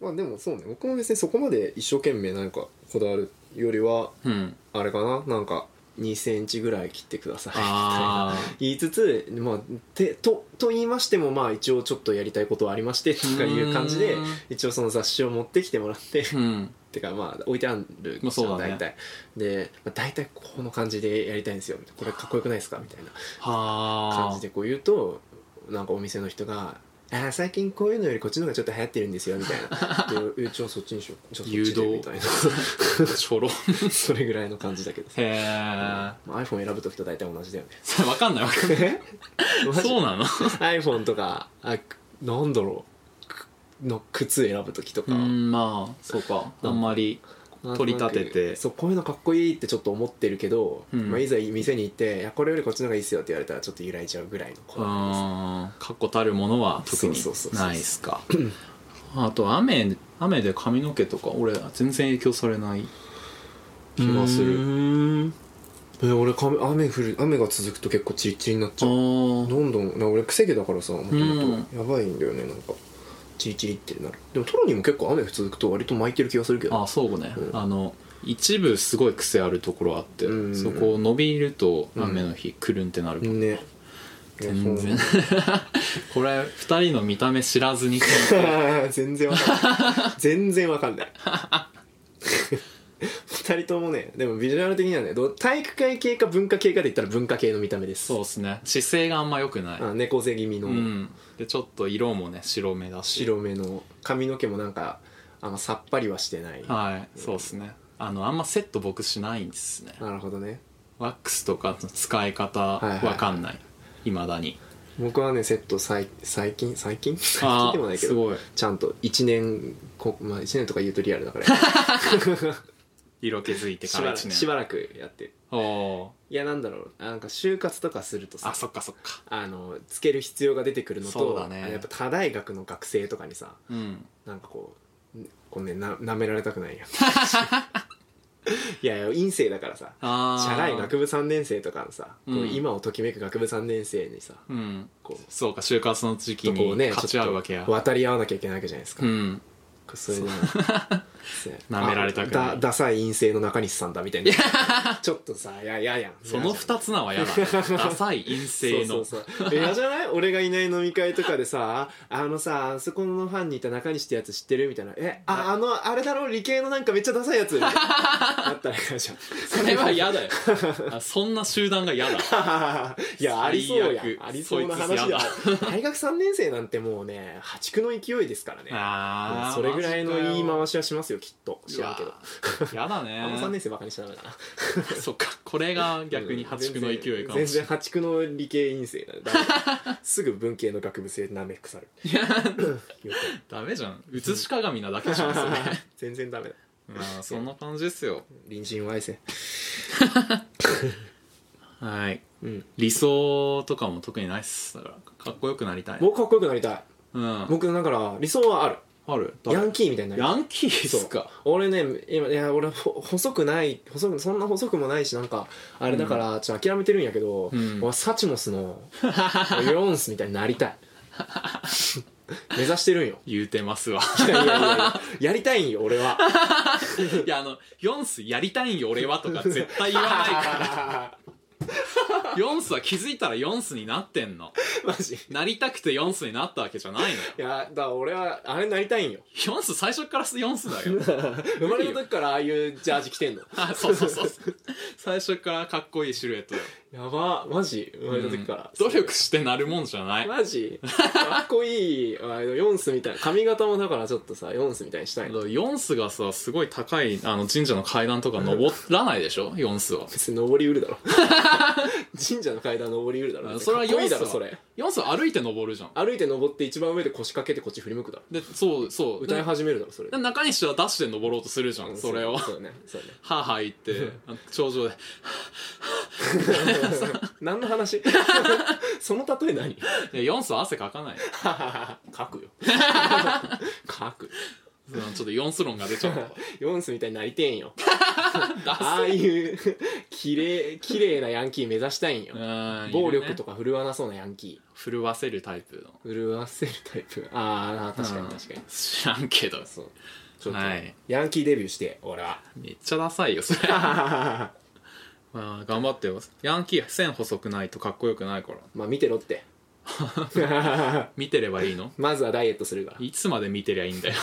[SPEAKER 2] まあでもそうね僕も別にそこまで一生懸命なんかこだわるよりは
[SPEAKER 1] うん
[SPEAKER 2] あれかななんか2センチぐらい切ってくださいみたいな
[SPEAKER 1] ああ
[SPEAKER 2] 言いつつ、まあ、てとと言いましてもまあ一応ちょっとやりたいことはありましてとかいう感じで
[SPEAKER 1] うーん
[SPEAKER 2] 一応その雑誌を持ってきてもらって
[SPEAKER 1] うん
[SPEAKER 2] てかまあ置いてある
[SPEAKER 1] まあそうだね
[SPEAKER 2] 大体で、まあ、大体この感じでやりたいんですよみたいなこれかっこよくないですかみたいな
[SPEAKER 1] は
[SPEAKER 2] 感
[SPEAKER 1] あ
[SPEAKER 2] じでこう言うとなんかお店の人が「あー最近こういうのよりこっちの方がちょっと流行ってるんですよ」みたい な「でうちはそっちにしようじゃあそっちで」
[SPEAKER 1] 誘
[SPEAKER 2] み
[SPEAKER 1] 導
[SPEAKER 2] たいな
[SPEAKER 1] ちょろ
[SPEAKER 2] それぐらいの感じだけど さ
[SPEAKER 1] へえ
[SPEAKER 2] まあ iPhone 選ぶ時と大体同 じだよね
[SPEAKER 1] それわかんないわかんない
[SPEAKER 2] え
[SPEAKER 1] そうなの
[SPEAKER 2] iPhone とかあくなんだろうくの靴選ぶ時とか
[SPEAKER 1] う、んまあそうかあんまり
[SPEAKER 2] なんとなく
[SPEAKER 1] 取り立てて
[SPEAKER 2] そうこういうのかっこいいってちょっと思ってるけど、
[SPEAKER 1] うん
[SPEAKER 2] まあ、いざ店に行って「いやこれよりこっちの方がいいっすよ」って言われたらちょっと揺らいちゃうぐらいの
[SPEAKER 1] う
[SPEAKER 2] こ
[SPEAKER 1] ーん確固たるものは特に
[SPEAKER 2] そうそうそうそう
[SPEAKER 1] ないっすかあと雨雨で髪の毛とか俺全然影響されない気がする
[SPEAKER 2] るえ俺か雨降る雨が続くと結構チリチリになっち
[SPEAKER 1] あ
[SPEAKER 2] ゃう
[SPEAKER 1] ー
[SPEAKER 2] どんどんな俺癖毛だからさもとも
[SPEAKER 1] う
[SPEAKER 2] とやばいんだよねなんかチリチリってなるでもトロにも結構雨続くと割と巻いてる気がするけど
[SPEAKER 1] あそうね、
[SPEAKER 2] うん
[SPEAKER 1] あの一部すごい癖あるところあって、
[SPEAKER 2] うん
[SPEAKER 1] そこを伸びると雨の日くるんってなる、
[SPEAKER 2] ねいや
[SPEAKER 1] 全
[SPEAKER 2] そう
[SPEAKER 1] 然これ二人の見た目知らずに
[SPEAKER 2] 全然わかんない全然わかんない二人ともねでもビジュアル的にはねどう体育会系か文化系かで言ったら文化系の見た目です
[SPEAKER 1] そうですね姿勢があんま良くない、
[SPEAKER 2] あ猫背気味の、
[SPEAKER 1] うんでちょっと色もね白目だし
[SPEAKER 2] 白目の髪の毛もなんかあんまさっぱりはしてない、
[SPEAKER 1] はいそうですねあのあんまセット僕しないんですね
[SPEAKER 2] なるほどね
[SPEAKER 1] ワックスとかの使い方
[SPEAKER 2] いはいはい
[SPEAKER 1] わかんないいまだ に
[SPEAKER 2] 僕はねセットさい最近最近最近
[SPEAKER 1] あ
[SPEAKER 2] でもないけ
[SPEAKER 1] す
[SPEAKER 2] ど
[SPEAKER 1] ごい
[SPEAKER 2] ちゃんと1年こ、まあ、1年とか言うとリアルだ から
[SPEAKER 1] 色気づいて
[SPEAKER 2] し
[SPEAKER 1] か
[SPEAKER 2] ば
[SPEAKER 1] ら
[SPEAKER 2] ら
[SPEAKER 1] 1
[SPEAKER 2] く
[SPEAKER 1] 年
[SPEAKER 2] しばらくやってる
[SPEAKER 1] お
[SPEAKER 2] いやなんだろうなんか就活とかすると
[SPEAKER 1] ー
[SPEAKER 2] さ
[SPEAKER 1] あそっかそっか
[SPEAKER 2] あのつける必要が出てくるの
[SPEAKER 1] そう
[SPEAKER 2] と、
[SPEAKER 1] だね
[SPEAKER 2] やっぱ他大学の学生とかにさ
[SPEAKER 1] うん
[SPEAKER 2] なんかこうんこうねな舐められた くないよいやいや陰性だからさ
[SPEAKER 1] ああ
[SPEAKER 2] チャラい学部3年生とかのさ、こう
[SPEAKER 1] うん
[SPEAKER 2] 今をときめく学部3年生にさ
[SPEAKER 1] うん
[SPEAKER 2] こ
[SPEAKER 1] そうか就活の時
[SPEAKER 2] う
[SPEAKER 1] 期
[SPEAKER 2] とこう
[SPEAKER 1] に
[SPEAKER 2] ね
[SPEAKER 1] 勝ち合うわけや
[SPEAKER 2] ちょっと渡り合わなきゃいけないわけじゃないですか、
[SPEAKER 1] うん
[SPEAKER 2] それで
[SPEAKER 1] 舐められたくない
[SPEAKER 2] だダサい陰性の中西さんだみたいなちょっとさいやいややん
[SPEAKER 1] その
[SPEAKER 2] 二
[SPEAKER 1] 二つなんはやだダサい陰性
[SPEAKER 2] そ
[SPEAKER 1] の
[SPEAKER 2] うそうそう嫌じゃない俺がいない飲み会とかでさあのさあそこのファンにいた中西ってやつ知ってるみたいなえああのあれだろ理系のなんかめっちゃダサい やつみたいなあったら嫌じゃん
[SPEAKER 1] それは嫌だよあそんな集団が嫌だ
[SPEAKER 2] いやありそうやん
[SPEAKER 1] 最悪
[SPEAKER 2] ありそうな話だ
[SPEAKER 1] そ
[SPEAKER 2] 大学3年生なんてもうね破竹の勢いですからね
[SPEAKER 1] ああ
[SPEAKER 2] それぐらいの言い回しはしますよきっと知
[SPEAKER 1] う
[SPEAKER 2] らん
[SPEAKER 1] わ
[SPEAKER 2] けど
[SPEAKER 1] 嫌だ
[SPEAKER 2] あの3
[SPEAKER 1] ね
[SPEAKER 2] 年生バカにしちゃダメだな
[SPEAKER 1] そっかこれが逆に破竹の勢いかも
[SPEAKER 2] 全
[SPEAKER 1] しれ
[SPEAKER 2] 然破竹の理系院生だよダメすぐ文系の学部生なめ腐る
[SPEAKER 1] ないいや
[SPEAKER 2] よ
[SPEAKER 1] ダメじゃん写し鏡なだけじゃんそれ
[SPEAKER 2] 全然ダメだ
[SPEAKER 1] まあそんな感じですよ
[SPEAKER 2] 隣人を愛せ
[SPEAKER 1] はい
[SPEAKER 2] うん
[SPEAKER 1] 理想とかも特にないっすだからかっこよくなりたい
[SPEAKER 2] 僕かっこよくなりたい
[SPEAKER 1] うんあ
[SPEAKER 2] 僕だから理想はある
[SPEAKER 1] る
[SPEAKER 2] ヤンキーみたいになりたい
[SPEAKER 1] ヤンキーっすか
[SPEAKER 2] そう俺ね今いや俺ほ細くない細くそんな細くもないしなんかあれだから、ちょっと諦めてるんやけど、
[SPEAKER 1] うん
[SPEAKER 2] 俺サチモスのヨンスみたいになり たい目指してるんよ
[SPEAKER 1] 言うてます わ
[SPEAKER 2] いやいやいやいややりたいんよ俺は
[SPEAKER 1] いやあの「ヨンスやりたいんよ俺は」と か絶対言わないからヨンスは気づいたらヨンスになってんの
[SPEAKER 2] マジい
[SPEAKER 1] なりたくてヨンスになったわけじゃないのよ
[SPEAKER 2] やだから俺はあれになりたいんよ
[SPEAKER 1] ヨンス最初からヨンスだ よ
[SPEAKER 2] 生まれた時からああいうジャージ着てんの
[SPEAKER 1] あそうそうそう最初からかっこいいシルエットよ
[SPEAKER 2] やばマジ生まれた時から、
[SPEAKER 1] 努力してなるもんじゃない
[SPEAKER 2] マジかっこいいあヨンスみたいな髪型もだからちょっとさヨンスみたいにしたいの
[SPEAKER 1] ヨンスがさすごい高いあの神社の階段とか登らないでしょヨンスは
[SPEAKER 2] 別に登りう るだろ神社の階段登りうるだろ
[SPEAKER 1] あそれは
[SPEAKER 2] かっこい
[SPEAKER 1] ヨン
[SPEAKER 2] い
[SPEAKER 1] ス
[SPEAKER 2] だ
[SPEAKER 1] は
[SPEAKER 2] ろそれ
[SPEAKER 1] ヨンスは歩いて登るじゃん
[SPEAKER 2] 歩いて登って一番上で腰掛けてこっち振り向くだろ
[SPEAKER 1] でそうそう
[SPEAKER 2] 歌い始めるだろそれ
[SPEAKER 1] で中西はダッシュで登ろうとするじゃんそれを
[SPEAKER 2] そうねそうね
[SPEAKER 1] はあはあ言ってあの頂上で
[SPEAKER 2] 何の話その例え何
[SPEAKER 1] いや4層汗かかない
[SPEAKER 2] 書く よ書く
[SPEAKER 1] そうちょっと4層論が出ちゃった わ
[SPEAKER 2] ヨンスみたいになりて えんよああいう綺麗綺麗なヤンキー目指したいんよ
[SPEAKER 1] うん
[SPEAKER 2] 暴力と
[SPEAKER 1] か
[SPEAKER 2] か振るわなそうなヤンキ
[SPEAKER 1] 震わせるタイプの
[SPEAKER 2] ー震わせるタイプああ確かに確かに
[SPEAKER 1] うん知らんけど
[SPEAKER 2] そうちょっと
[SPEAKER 1] はい
[SPEAKER 2] ヤンキーデビューして 俺は
[SPEAKER 1] めっちゃダサいよそれ まあ頑張ってよヤンキー線細くないとかっこよくないから
[SPEAKER 2] まあ見てろって
[SPEAKER 1] 見てればいいの
[SPEAKER 2] まずはダイエットするから
[SPEAKER 1] いつまで見てりゃいいんだよ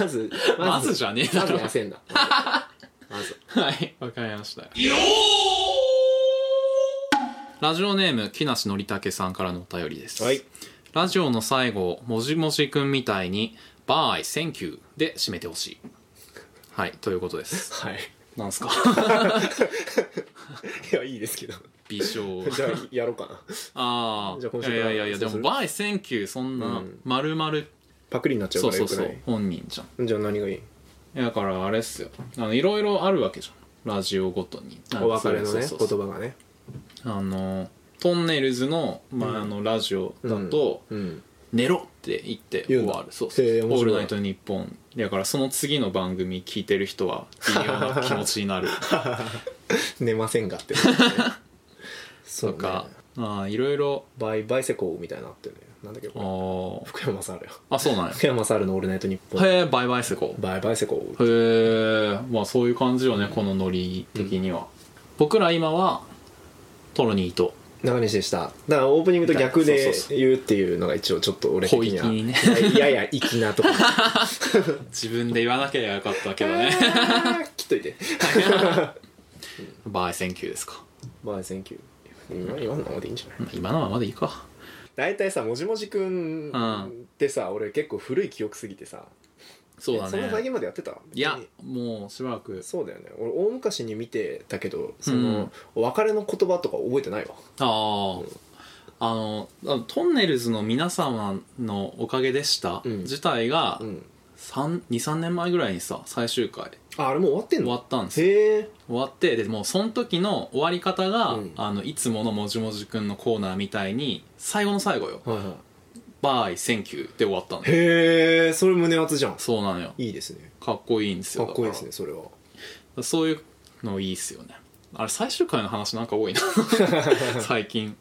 [SPEAKER 2] まず
[SPEAKER 1] まずじゃねえ
[SPEAKER 2] ま
[SPEAKER 1] だ
[SPEAKER 2] ず
[SPEAKER 1] ろ
[SPEAKER 2] 痩せ んだまず
[SPEAKER 1] はいわかりましたラジオネーム木梨憲武さんからのお便りです、
[SPEAKER 2] はい
[SPEAKER 1] ラジオの最後もじもじくんみたいに「バイセンキュー」で締めてほしいはいということ です
[SPEAKER 2] はい
[SPEAKER 1] なんすか
[SPEAKER 2] いやいいですけど
[SPEAKER 1] 微笑
[SPEAKER 2] じゃあやろうかな
[SPEAKER 1] あ
[SPEAKER 2] じゃあ今
[SPEAKER 1] あ
[SPEAKER 2] 週
[SPEAKER 1] い
[SPEAKER 2] から
[SPEAKER 1] やいやいやで
[SPEAKER 2] そうす
[SPEAKER 1] も「
[SPEAKER 2] る
[SPEAKER 1] バイセンキュー」そんな
[SPEAKER 2] うん
[SPEAKER 1] 丸々
[SPEAKER 2] パクリになっちゃう
[SPEAKER 1] そ
[SPEAKER 2] か
[SPEAKER 1] う
[SPEAKER 2] ら
[SPEAKER 1] そうそ
[SPEAKER 2] よくな
[SPEAKER 1] う
[SPEAKER 2] い
[SPEAKER 1] 本人じゃん
[SPEAKER 2] じゃあ何がいい
[SPEAKER 1] いやだからあれっすよあのいろいろあるわけじゃんラジオごとに
[SPEAKER 2] お別れの
[SPEAKER 1] そう
[SPEAKER 2] ね
[SPEAKER 1] そうそう
[SPEAKER 2] 言葉がね
[SPEAKER 1] あのトンネルズの,、まあ、あのラジオだと
[SPEAKER 2] うんうん
[SPEAKER 1] 「寝ろ!」って言って終
[SPEAKER 2] 言うんだ
[SPEAKER 1] わるそうそう
[SPEAKER 2] へえ
[SPEAKER 1] オ
[SPEAKER 2] 面白い
[SPEAKER 1] ールナイトニッポン」だからその次の番組聞いてる人は微妙な気持ちになる
[SPEAKER 2] 寝ませんがってこと ねそ
[SPEAKER 1] と
[SPEAKER 2] う
[SPEAKER 1] か
[SPEAKER 2] か、
[SPEAKER 1] ああいろいろ
[SPEAKER 2] バイバイセコーみたいなのあってねなんだっけ
[SPEAKER 1] あ
[SPEAKER 2] ど
[SPEAKER 1] ー
[SPEAKER 2] 福山雅治よ
[SPEAKER 1] あそうなんや
[SPEAKER 2] 福山雅治の「オールナイトニッポン
[SPEAKER 1] へえバイバイセコ」
[SPEAKER 2] バイバイセコー
[SPEAKER 1] へえまあそういう感じよねこのノリ的には、僕ら今はトロニーと
[SPEAKER 2] 中西でしただからオープニングと逆
[SPEAKER 1] そう
[SPEAKER 2] で
[SPEAKER 1] そうそ
[SPEAKER 2] 言うっていうのが一応ちょっと俺的には
[SPEAKER 1] 小粋にね
[SPEAKER 2] いやいやいや粋な とこ
[SPEAKER 1] 自分で言わなきゃよかったけどね
[SPEAKER 2] あー切っといて
[SPEAKER 1] バイセンキューですか
[SPEAKER 2] バイセンキュー今今のままでいいんじゃない
[SPEAKER 1] まあ今のままでいいか
[SPEAKER 2] 大体さもじもじく
[SPEAKER 1] うんん
[SPEAKER 2] ってさ俺結構古い記憶すぎてさ
[SPEAKER 1] そうだ
[SPEAKER 2] その最
[SPEAKER 1] ね
[SPEAKER 2] 近までやってた
[SPEAKER 1] いや
[SPEAKER 2] 別に
[SPEAKER 1] もうしばらく
[SPEAKER 2] そうだよね俺大昔に見てたけどその、
[SPEAKER 1] うん
[SPEAKER 2] お別れの言葉とか覚えてないわ
[SPEAKER 1] あああのあのトンネルズの皆様のおかげでした、
[SPEAKER 2] うん
[SPEAKER 1] 自体が
[SPEAKER 2] うん
[SPEAKER 1] 23年前ぐらいにさ最終回
[SPEAKER 2] ああれもう終わってん
[SPEAKER 1] 終わ
[SPEAKER 2] の
[SPEAKER 1] ったんですよ
[SPEAKER 2] へえ
[SPEAKER 1] 終わってでもうその時の終わり方が、
[SPEAKER 2] うん
[SPEAKER 1] あのいつものもじもじくんのコーナーみたいに最後の最後よ
[SPEAKER 2] はいは
[SPEAKER 1] 「バイセンキュー」で終わったの
[SPEAKER 2] いへえそれ胸熱じゃん
[SPEAKER 1] そうなのよ
[SPEAKER 2] いいですね
[SPEAKER 1] かっこいいんです
[SPEAKER 2] か
[SPEAKER 1] よ
[SPEAKER 2] っこいいです
[SPEAKER 1] だ
[SPEAKER 2] ねそれは
[SPEAKER 1] からそういうのいいっすよねあれ最終回の話なんか 多いな最近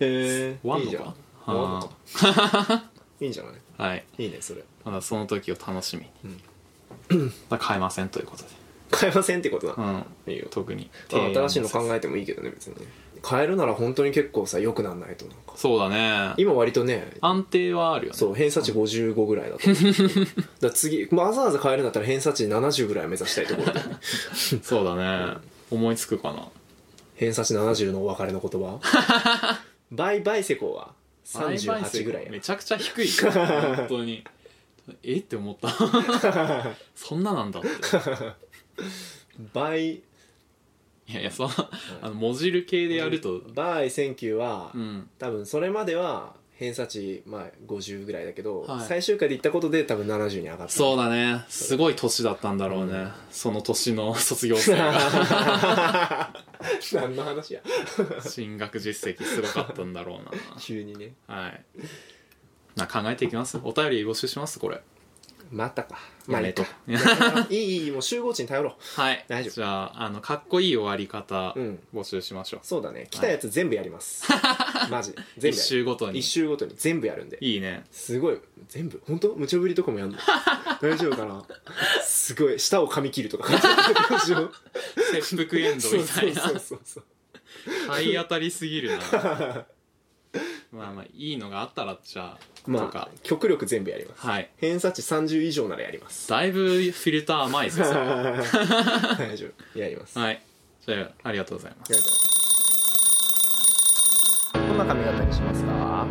[SPEAKER 2] へえ
[SPEAKER 1] 終わん
[SPEAKER 2] いい
[SPEAKER 1] の
[SPEAKER 2] じ
[SPEAKER 1] か
[SPEAKER 2] ゃん
[SPEAKER 1] あー
[SPEAKER 2] 終わんのかいいんじゃない
[SPEAKER 1] はい
[SPEAKER 2] いいねそれ
[SPEAKER 1] ただその時を楽しみに、だから変えませんということで
[SPEAKER 2] 変えませんってことだ、
[SPEAKER 1] うん
[SPEAKER 2] いいよ
[SPEAKER 1] 特に
[SPEAKER 2] まあ新しいの考えてもいいけどね別に変えるなら本当に結構さ良くなんないとなんか
[SPEAKER 1] そうだね
[SPEAKER 2] 今割とね
[SPEAKER 1] 安定はあるよね
[SPEAKER 2] そう偏差値55ぐらい だと思うだから次わざわざ変えるんだったら偏差値70ぐらい目指したいとこ ろだよね
[SPEAKER 1] そうだね、思いつくかな
[SPEAKER 2] 偏差値70のお別れの言 葉バイバイセコは38ぐらいや
[SPEAKER 1] めちゃくちゃ低い よ本当にえって思ったそんななんだって
[SPEAKER 2] バイ
[SPEAKER 1] いやいやそのあの文字る系でやると
[SPEAKER 2] バイセンキューは、
[SPEAKER 1] うん
[SPEAKER 2] 多分それまでは偏差値、まあ、50ぐらいだけど、
[SPEAKER 1] はい
[SPEAKER 2] 最終回で行ったことで多分70に上がった
[SPEAKER 1] そうだねすごい年だったんだろうね、その年の卒業生が
[SPEAKER 2] 何の話や
[SPEAKER 1] 進学実績すごかったんだろう
[SPEAKER 2] 急にね
[SPEAKER 1] なはいな考えていきますお便り募集しますこれ
[SPEAKER 2] またかま
[SPEAKER 1] や
[SPEAKER 2] あい
[SPEAKER 1] め
[SPEAKER 2] い
[SPEAKER 1] と
[SPEAKER 2] かいいいいいいもう集合地に頼ろう
[SPEAKER 1] はい
[SPEAKER 2] 大丈夫
[SPEAKER 1] じゃああのかっこいい終わり方
[SPEAKER 2] うん
[SPEAKER 1] 募集しましょう、
[SPEAKER 2] そうだね来たやつ全部やります、 マジで全部やる
[SPEAKER 1] 一周ごとに
[SPEAKER 2] 一周ごとに全部やるんで
[SPEAKER 1] いいね
[SPEAKER 2] すごい全部本当無茶ぶりとかもやん の大丈夫かなすごい舌を噛み切る とか大丈夫
[SPEAKER 1] 切腹エンド
[SPEAKER 2] そう
[SPEAKER 1] みた
[SPEAKER 2] そう
[SPEAKER 1] いな
[SPEAKER 2] そうそうそう
[SPEAKER 1] 体当たりすぎる なまあまあいいのがあったらじゃあ、と
[SPEAKER 2] まあ
[SPEAKER 1] か
[SPEAKER 2] 極力全部やります
[SPEAKER 1] はい
[SPEAKER 2] 偏差値30以上ならやります
[SPEAKER 1] だいぶフィルター甘いです よ
[SPEAKER 2] 大丈夫やります、
[SPEAKER 1] はいじゃあありがとうございます
[SPEAKER 2] ありがとうどんな髪型にしますか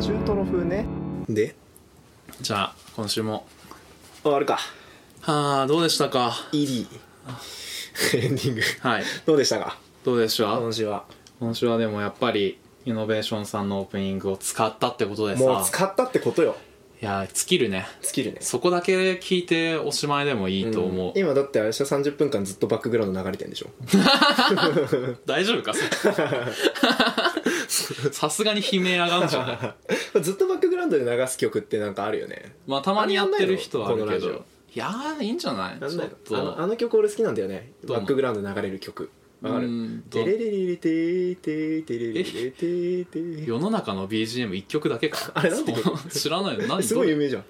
[SPEAKER 2] 中トロ風ねで
[SPEAKER 1] じゃあ今週も
[SPEAKER 2] 終わるか
[SPEAKER 1] はあどうでしたか
[SPEAKER 2] ED エンディング
[SPEAKER 1] はい
[SPEAKER 2] どうでしたか
[SPEAKER 1] どうでしょう
[SPEAKER 2] 今週は
[SPEAKER 1] 今週はでもやっぱりイノベーションさんのオープニングを使ったってことでさ
[SPEAKER 2] もう使ったってことよ
[SPEAKER 1] いいやー尽きるね
[SPEAKER 2] 尽きるね
[SPEAKER 1] そこだけ聞いておしまいでもいいと思う、
[SPEAKER 2] ん今だってあれし30分間ずっとバックグラウンド流れてんでしょ
[SPEAKER 1] 大丈夫かそ れさすがに悲鳴上がるんじゃない
[SPEAKER 2] ずっとバックグラウンドで流す曲ってなんかあるよね
[SPEAKER 1] まあたまにやってる人はある
[SPEAKER 2] あれ
[SPEAKER 1] け
[SPEAKER 2] やん
[SPEAKER 1] どいや
[SPEAKER 2] ないのこの
[SPEAKER 1] ーいいんじゃない
[SPEAKER 2] なん
[SPEAKER 1] ちょ
[SPEAKER 2] だ
[SPEAKER 1] っ
[SPEAKER 2] よあのあ
[SPEAKER 1] と
[SPEAKER 2] の曲俺好きなんだよね
[SPEAKER 1] どう
[SPEAKER 2] バ
[SPEAKER 1] も
[SPEAKER 2] ックグラウンドで流れる曲わか
[SPEAKER 1] う
[SPEAKER 2] る
[SPEAKER 1] んと
[SPEAKER 2] テレレレレテーテーテレレレレテーテー
[SPEAKER 1] 世の中の BGM 一曲だけか
[SPEAKER 2] あれなんて曲
[SPEAKER 1] そう 知らないの何
[SPEAKER 2] えすごい有名じゃん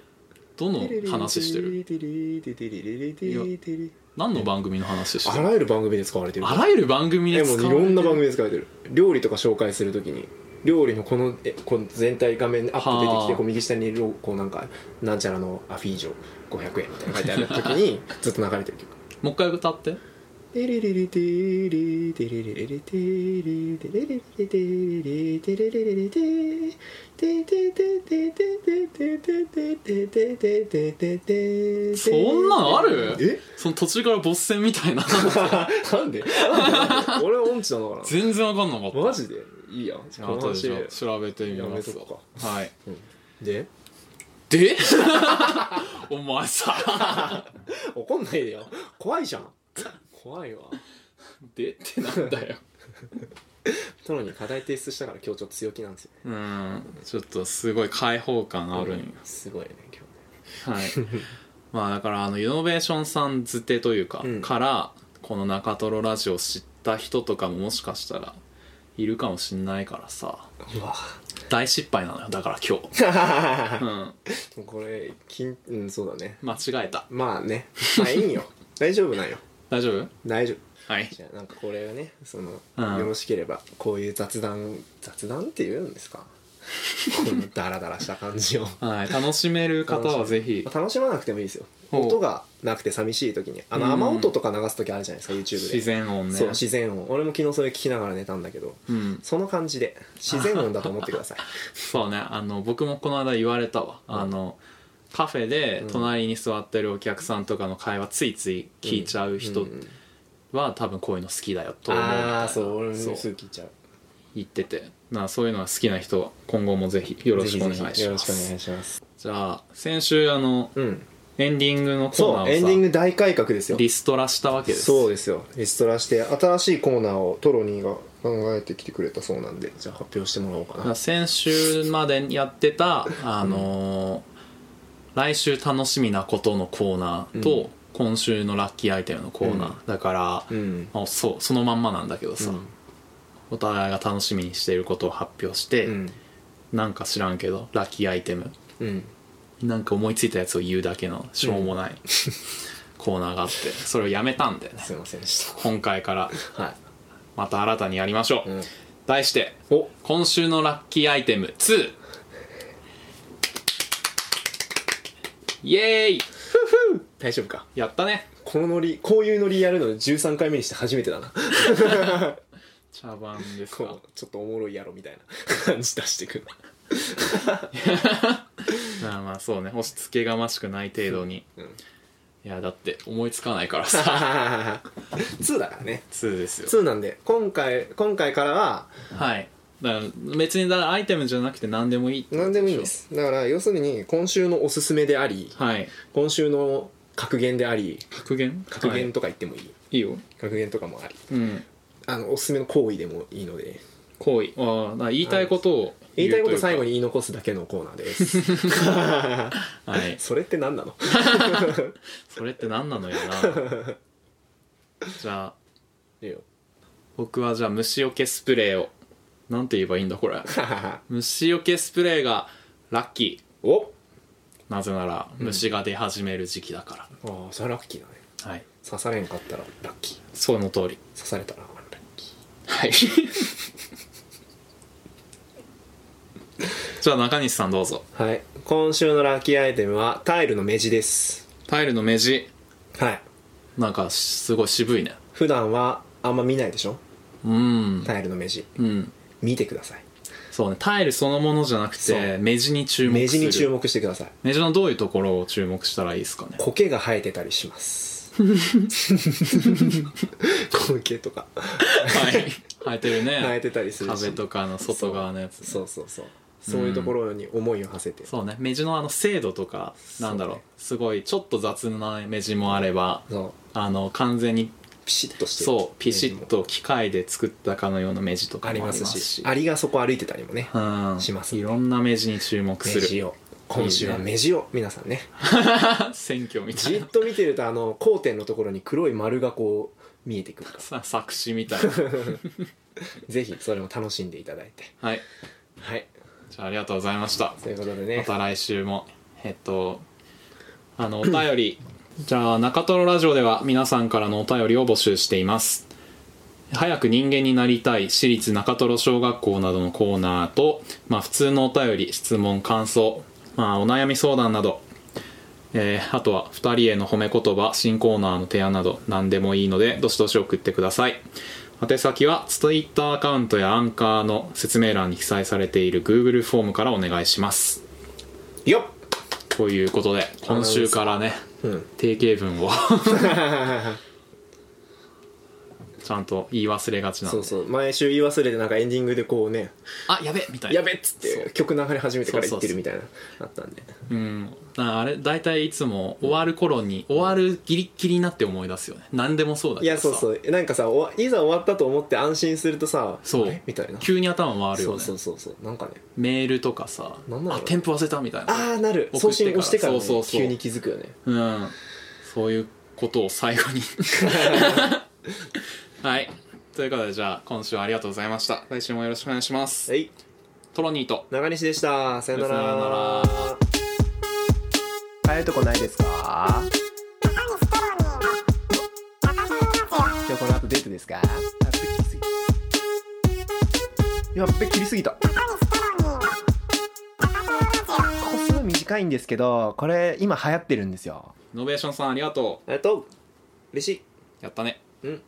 [SPEAKER 1] どどの話してる
[SPEAKER 2] テレレレテレレレテレテレ
[SPEAKER 1] 何の番組の話して
[SPEAKER 2] あ
[SPEAKER 1] る
[SPEAKER 2] らゆる番組で使われてる
[SPEAKER 1] あらゆる番組
[SPEAKER 2] え
[SPEAKER 1] で
[SPEAKER 2] も
[SPEAKER 1] 使われ
[SPEAKER 2] うい
[SPEAKER 1] てる
[SPEAKER 2] ろんな番組で使われてる料理とか紹介するときに料理のこのえこの全体画面アップ出てき
[SPEAKER 1] は
[SPEAKER 2] て
[SPEAKER 1] あ
[SPEAKER 2] こう右下にロこうなんかなんちゃらのアフィージョ500円みたいな書いてあるときにずっと流れてる曲
[SPEAKER 1] もう一回歌って
[SPEAKER 2] テレレレテレテレレレレテレテレレレテレテレレレレテテテテテテテテテテテテテテテ
[SPEAKER 1] そんなんある
[SPEAKER 2] え
[SPEAKER 1] その途中からボス戦みたいな
[SPEAKER 2] なんでなんで俺は音痴なのか
[SPEAKER 1] 全然わかんなかった
[SPEAKER 2] なマジでいいやこの
[SPEAKER 1] 後で
[SPEAKER 2] 話
[SPEAKER 1] じゃあ調べてみ
[SPEAKER 2] や
[SPEAKER 1] ま
[SPEAKER 2] め
[SPEAKER 1] す
[SPEAKER 2] とこ
[SPEAKER 1] はい
[SPEAKER 2] で
[SPEAKER 1] で お前さ
[SPEAKER 2] 怒んないでよ怖いじゃん怖いわ
[SPEAKER 1] でってなんだよ
[SPEAKER 2] トロに課題提出したから今日ちょっと強気なんですよ
[SPEAKER 1] うんちょっとすごい開放感あるんよ、
[SPEAKER 2] すごいね今
[SPEAKER 1] はいまあだからあのイノベーションさんづてというか、
[SPEAKER 2] うん
[SPEAKER 1] からこの中トロラジオ知った人とかももしかしたらいるかもしんないからさ
[SPEAKER 2] 日ね うわ
[SPEAKER 1] 大失敗なのよだから今 日うん
[SPEAKER 2] これ金うんそうだね
[SPEAKER 1] 間違えた
[SPEAKER 2] まあねまあいい よ大丈夫なんよ
[SPEAKER 1] 大丈夫
[SPEAKER 2] 大丈夫
[SPEAKER 1] はい
[SPEAKER 2] じゃあなんかこれはねその、
[SPEAKER 1] うん
[SPEAKER 2] よろしければこういう雑談雑談って言うんです かこのダラダラした感じを
[SPEAKER 1] はい、楽しめる方はぜひ
[SPEAKER 2] まあ楽しまなくてもいいですよ
[SPEAKER 1] ほう
[SPEAKER 2] 音がなくて寂しい時にあ
[SPEAKER 1] うん
[SPEAKER 2] の雨音とか流す時あるじゃないですか YouTube で
[SPEAKER 1] 自然音ね
[SPEAKER 2] そう自然音俺も昨日それ聞きながら寝たんだけど
[SPEAKER 1] うん、
[SPEAKER 2] その感じで自然音だと思ってください
[SPEAKER 1] そうねあの僕もこの間言われたわ、あのカフェで
[SPEAKER 2] うん
[SPEAKER 1] 隣に座ってるお客さんとかの会話ついつい聞いちゃう 人
[SPEAKER 2] ん
[SPEAKER 1] は多分こういうの好きだよと思うみたいな
[SPEAKER 2] ああそう俺もす
[SPEAKER 1] そ
[SPEAKER 2] ぐ
[SPEAKER 1] う
[SPEAKER 2] 聞いちゃう
[SPEAKER 1] 言っててなそういうのが好きな人は今後もぜひよろしくお願いしま
[SPEAKER 2] ぜひぜひよろしくお
[SPEAKER 1] す
[SPEAKER 2] 願いします
[SPEAKER 1] じゃあ先週あの
[SPEAKER 2] うん
[SPEAKER 1] エンディングのコーナ
[SPEAKER 2] そうエンディン
[SPEAKER 1] ーを
[SPEAKER 2] グ大改革です
[SPEAKER 1] さ
[SPEAKER 2] よ
[SPEAKER 1] リストラしたわけです
[SPEAKER 2] そうですよリストラして新しいコーナーをトロニーが考えてきてくれたそうなんでじゃあ発表してもらおうかな
[SPEAKER 1] 先週までやってた、あのー来週楽しみなことのコーナーと、
[SPEAKER 2] うん
[SPEAKER 1] 今週のラッキーアイテムのコーナー、だから、
[SPEAKER 2] うん
[SPEAKER 1] あそうそのまんまなんだけどさ、
[SPEAKER 2] うん
[SPEAKER 1] お互いが楽しみにしていることを発表して、
[SPEAKER 2] うん
[SPEAKER 1] なんか知らんけどラッキーアイテム
[SPEAKER 2] うん
[SPEAKER 1] なんか思いついたやつを言うだけのしょうもない、コーナーがあってそれをやめたんでね
[SPEAKER 2] すいませんでし
[SPEAKER 1] 今回から
[SPEAKER 2] たはい
[SPEAKER 1] また新たにやりましょう、
[SPEAKER 2] うん
[SPEAKER 1] 題して
[SPEAKER 2] お
[SPEAKER 1] 「今週のラッキーアイテム2」イエーイ
[SPEAKER 2] 大丈夫か
[SPEAKER 1] やったね
[SPEAKER 2] このノリこういうノリやるの13回目にして初めてだな
[SPEAKER 1] 茶番ですか
[SPEAKER 2] こうちょっとおもろいやろみたいな感じ出してく る
[SPEAKER 1] まあまあそうね押し付けがましくない程度に、
[SPEAKER 2] うん
[SPEAKER 1] いやだって思いつかないからさ
[SPEAKER 2] 2だからね
[SPEAKER 1] 2です よ
[SPEAKER 2] 2なんで今回今回からは
[SPEAKER 1] はいだから別にだからアイテムじゃなくて何でもいいって
[SPEAKER 2] 何でもいいんですだから要するに今週のおすすめであり
[SPEAKER 1] はい
[SPEAKER 2] 今週の格言であり
[SPEAKER 1] 格言
[SPEAKER 2] 格言
[SPEAKER 1] は
[SPEAKER 2] とか言ってもいい、
[SPEAKER 1] い、いいよ
[SPEAKER 2] 格言とかもあり
[SPEAKER 1] うん
[SPEAKER 2] あのおすすめの行為でもいいので
[SPEAKER 1] 行為ああだから言いたいことを
[SPEAKER 2] 言いたいこと最後
[SPEAKER 1] に
[SPEAKER 2] に言い残すだけのコーナーです
[SPEAKER 1] はい
[SPEAKER 2] それって何なの
[SPEAKER 1] それって何なのよなじゃあ
[SPEAKER 2] いいよ
[SPEAKER 1] 僕はじゃあ虫除けスプレーをなんて言えばいいんだこれ虫除けスプレーがラッキ
[SPEAKER 2] お
[SPEAKER 1] ーなぜなら虫が出始める時期だか
[SPEAKER 2] ああそれはラッキーだね
[SPEAKER 1] ら、はい
[SPEAKER 2] 刺されんかったらラッキー
[SPEAKER 1] その通り
[SPEAKER 2] 刺されたらラッキ
[SPEAKER 1] はい じゃあ中西さんどうぞ
[SPEAKER 2] ーはい今週のラッキーアイテムはタイルの目地です
[SPEAKER 1] タイルの目地
[SPEAKER 2] はい
[SPEAKER 1] なんかすごい渋いね
[SPEAKER 2] 普段はあんま見ないでしょ
[SPEAKER 1] うん
[SPEAKER 2] タイルの目地
[SPEAKER 1] うん
[SPEAKER 2] 見てください
[SPEAKER 1] そうねタイルそのものじゃなく
[SPEAKER 2] そ
[SPEAKER 1] て
[SPEAKER 2] う
[SPEAKER 1] 目地に注目
[SPEAKER 2] 目
[SPEAKER 1] す
[SPEAKER 2] 地
[SPEAKER 1] る
[SPEAKER 2] に注目してください
[SPEAKER 1] 目地のどういうところを注目したらいいですかね
[SPEAKER 2] 苔が生えてたりします 苔とか
[SPEAKER 1] はい生えてるね
[SPEAKER 2] 生えてたりするし
[SPEAKER 1] 壁とかの外側のやつね、
[SPEAKER 2] そうそうそうそういうところに思いを馳せて、
[SPEAKER 1] そうね目地のあの精度とかなんだろう
[SPEAKER 2] そうね
[SPEAKER 1] すごいちょっと雑な目地もあれば
[SPEAKER 2] そう
[SPEAKER 1] あの完全に
[SPEAKER 2] ピシッとしてる
[SPEAKER 1] そうピシッと機械で作ったかのような目地とかも
[SPEAKER 2] あ
[SPEAKER 1] あり
[SPEAKER 2] り
[SPEAKER 1] ま
[SPEAKER 2] ますす
[SPEAKER 1] し
[SPEAKER 2] しアリがそこ歩いてたりもね
[SPEAKER 1] うん
[SPEAKER 2] します
[SPEAKER 1] いろんな目地に注目す
[SPEAKER 2] 目地
[SPEAKER 1] る
[SPEAKER 2] を今週はい
[SPEAKER 1] いね
[SPEAKER 2] 目地を皆さんね
[SPEAKER 1] 選挙みた
[SPEAKER 2] じ
[SPEAKER 1] い
[SPEAKER 2] っ
[SPEAKER 1] な
[SPEAKER 2] と見てるとあの交点のところに黒い丸がこう見えてくるか
[SPEAKER 1] さ作詞みたいな
[SPEAKER 2] らぜひそれも楽しんでいただいて
[SPEAKER 1] はい
[SPEAKER 2] はい
[SPEAKER 1] じゃあありがとうございました
[SPEAKER 2] ということで
[SPEAKER 1] ま
[SPEAKER 2] ね
[SPEAKER 1] た来週もえっとあのお便り じゃあ中トロラジオでは皆さんからのお便りを募集しています早く人間になりたい私立中トロ小学校などのコーナーと、まあ、普通のお便り質問感想、まあ、お悩み相談など、えーあとは2人への褒め言葉新コーナーの提案など何でもいいのでどしどし送ってください宛先は Twitter アカウントやアンカーの説明欄に記載されている Google フォームからお願いします
[SPEAKER 2] よっ
[SPEAKER 1] ということで今週からね
[SPEAKER 2] うん
[SPEAKER 1] 定型文を ちゃんと言い忘れがちな
[SPEAKER 2] そ
[SPEAKER 1] の
[SPEAKER 2] うそう毎週言い忘れてなんかエンディングでこうね
[SPEAKER 1] あやべみたいな
[SPEAKER 2] やべっつって曲流れ始めてから言ってるみたいなあったんで
[SPEAKER 1] うんなあれ大体いつも終わる頃に終わるギリッギリになって思い出すよね何でもそうだ
[SPEAKER 2] い
[SPEAKER 1] けど
[SPEAKER 2] や
[SPEAKER 1] さ
[SPEAKER 2] そうそうなんかさおいざ終わったと思って安心するとさ
[SPEAKER 1] そう
[SPEAKER 2] あれみたいな
[SPEAKER 1] 急に頭回るよ
[SPEAKER 2] そ
[SPEAKER 1] ね
[SPEAKER 2] うそうそうそうなんかね
[SPEAKER 1] メールとかさ
[SPEAKER 2] なんだろ
[SPEAKER 1] あ
[SPEAKER 2] う
[SPEAKER 1] 添付忘れたみたいな
[SPEAKER 2] ああなる
[SPEAKER 1] 送ってから
[SPEAKER 2] 送信押してからね
[SPEAKER 1] そうそうそう
[SPEAKER 2] 急に気づくよね
[SPEAKER 1] うんそういうことを最 後にはいということでじゃあ今週はありがとうございました来週もよろしくお願いします
[SPEAKER 2] はい
[SPEAKER 1] トロニーと
[SPEAKER 2] 中西でしたさよな
[SPEAKER 1] さよな
[SPEAKER 2] ら
[SPEAKER 1] ら
[SPEAKER 2] 帰るとこないですか今日この後デートですかやっべ切りすぎやっべ切りすぎたここすごい短いんですけどこれ今流行ってるんですよ
[SPEAKER 1] ノベーションさんありがと
[SPEAKER 2] えっと嬉し
[SPEAKER 1] うやったね
[SPEAKER 2] いうん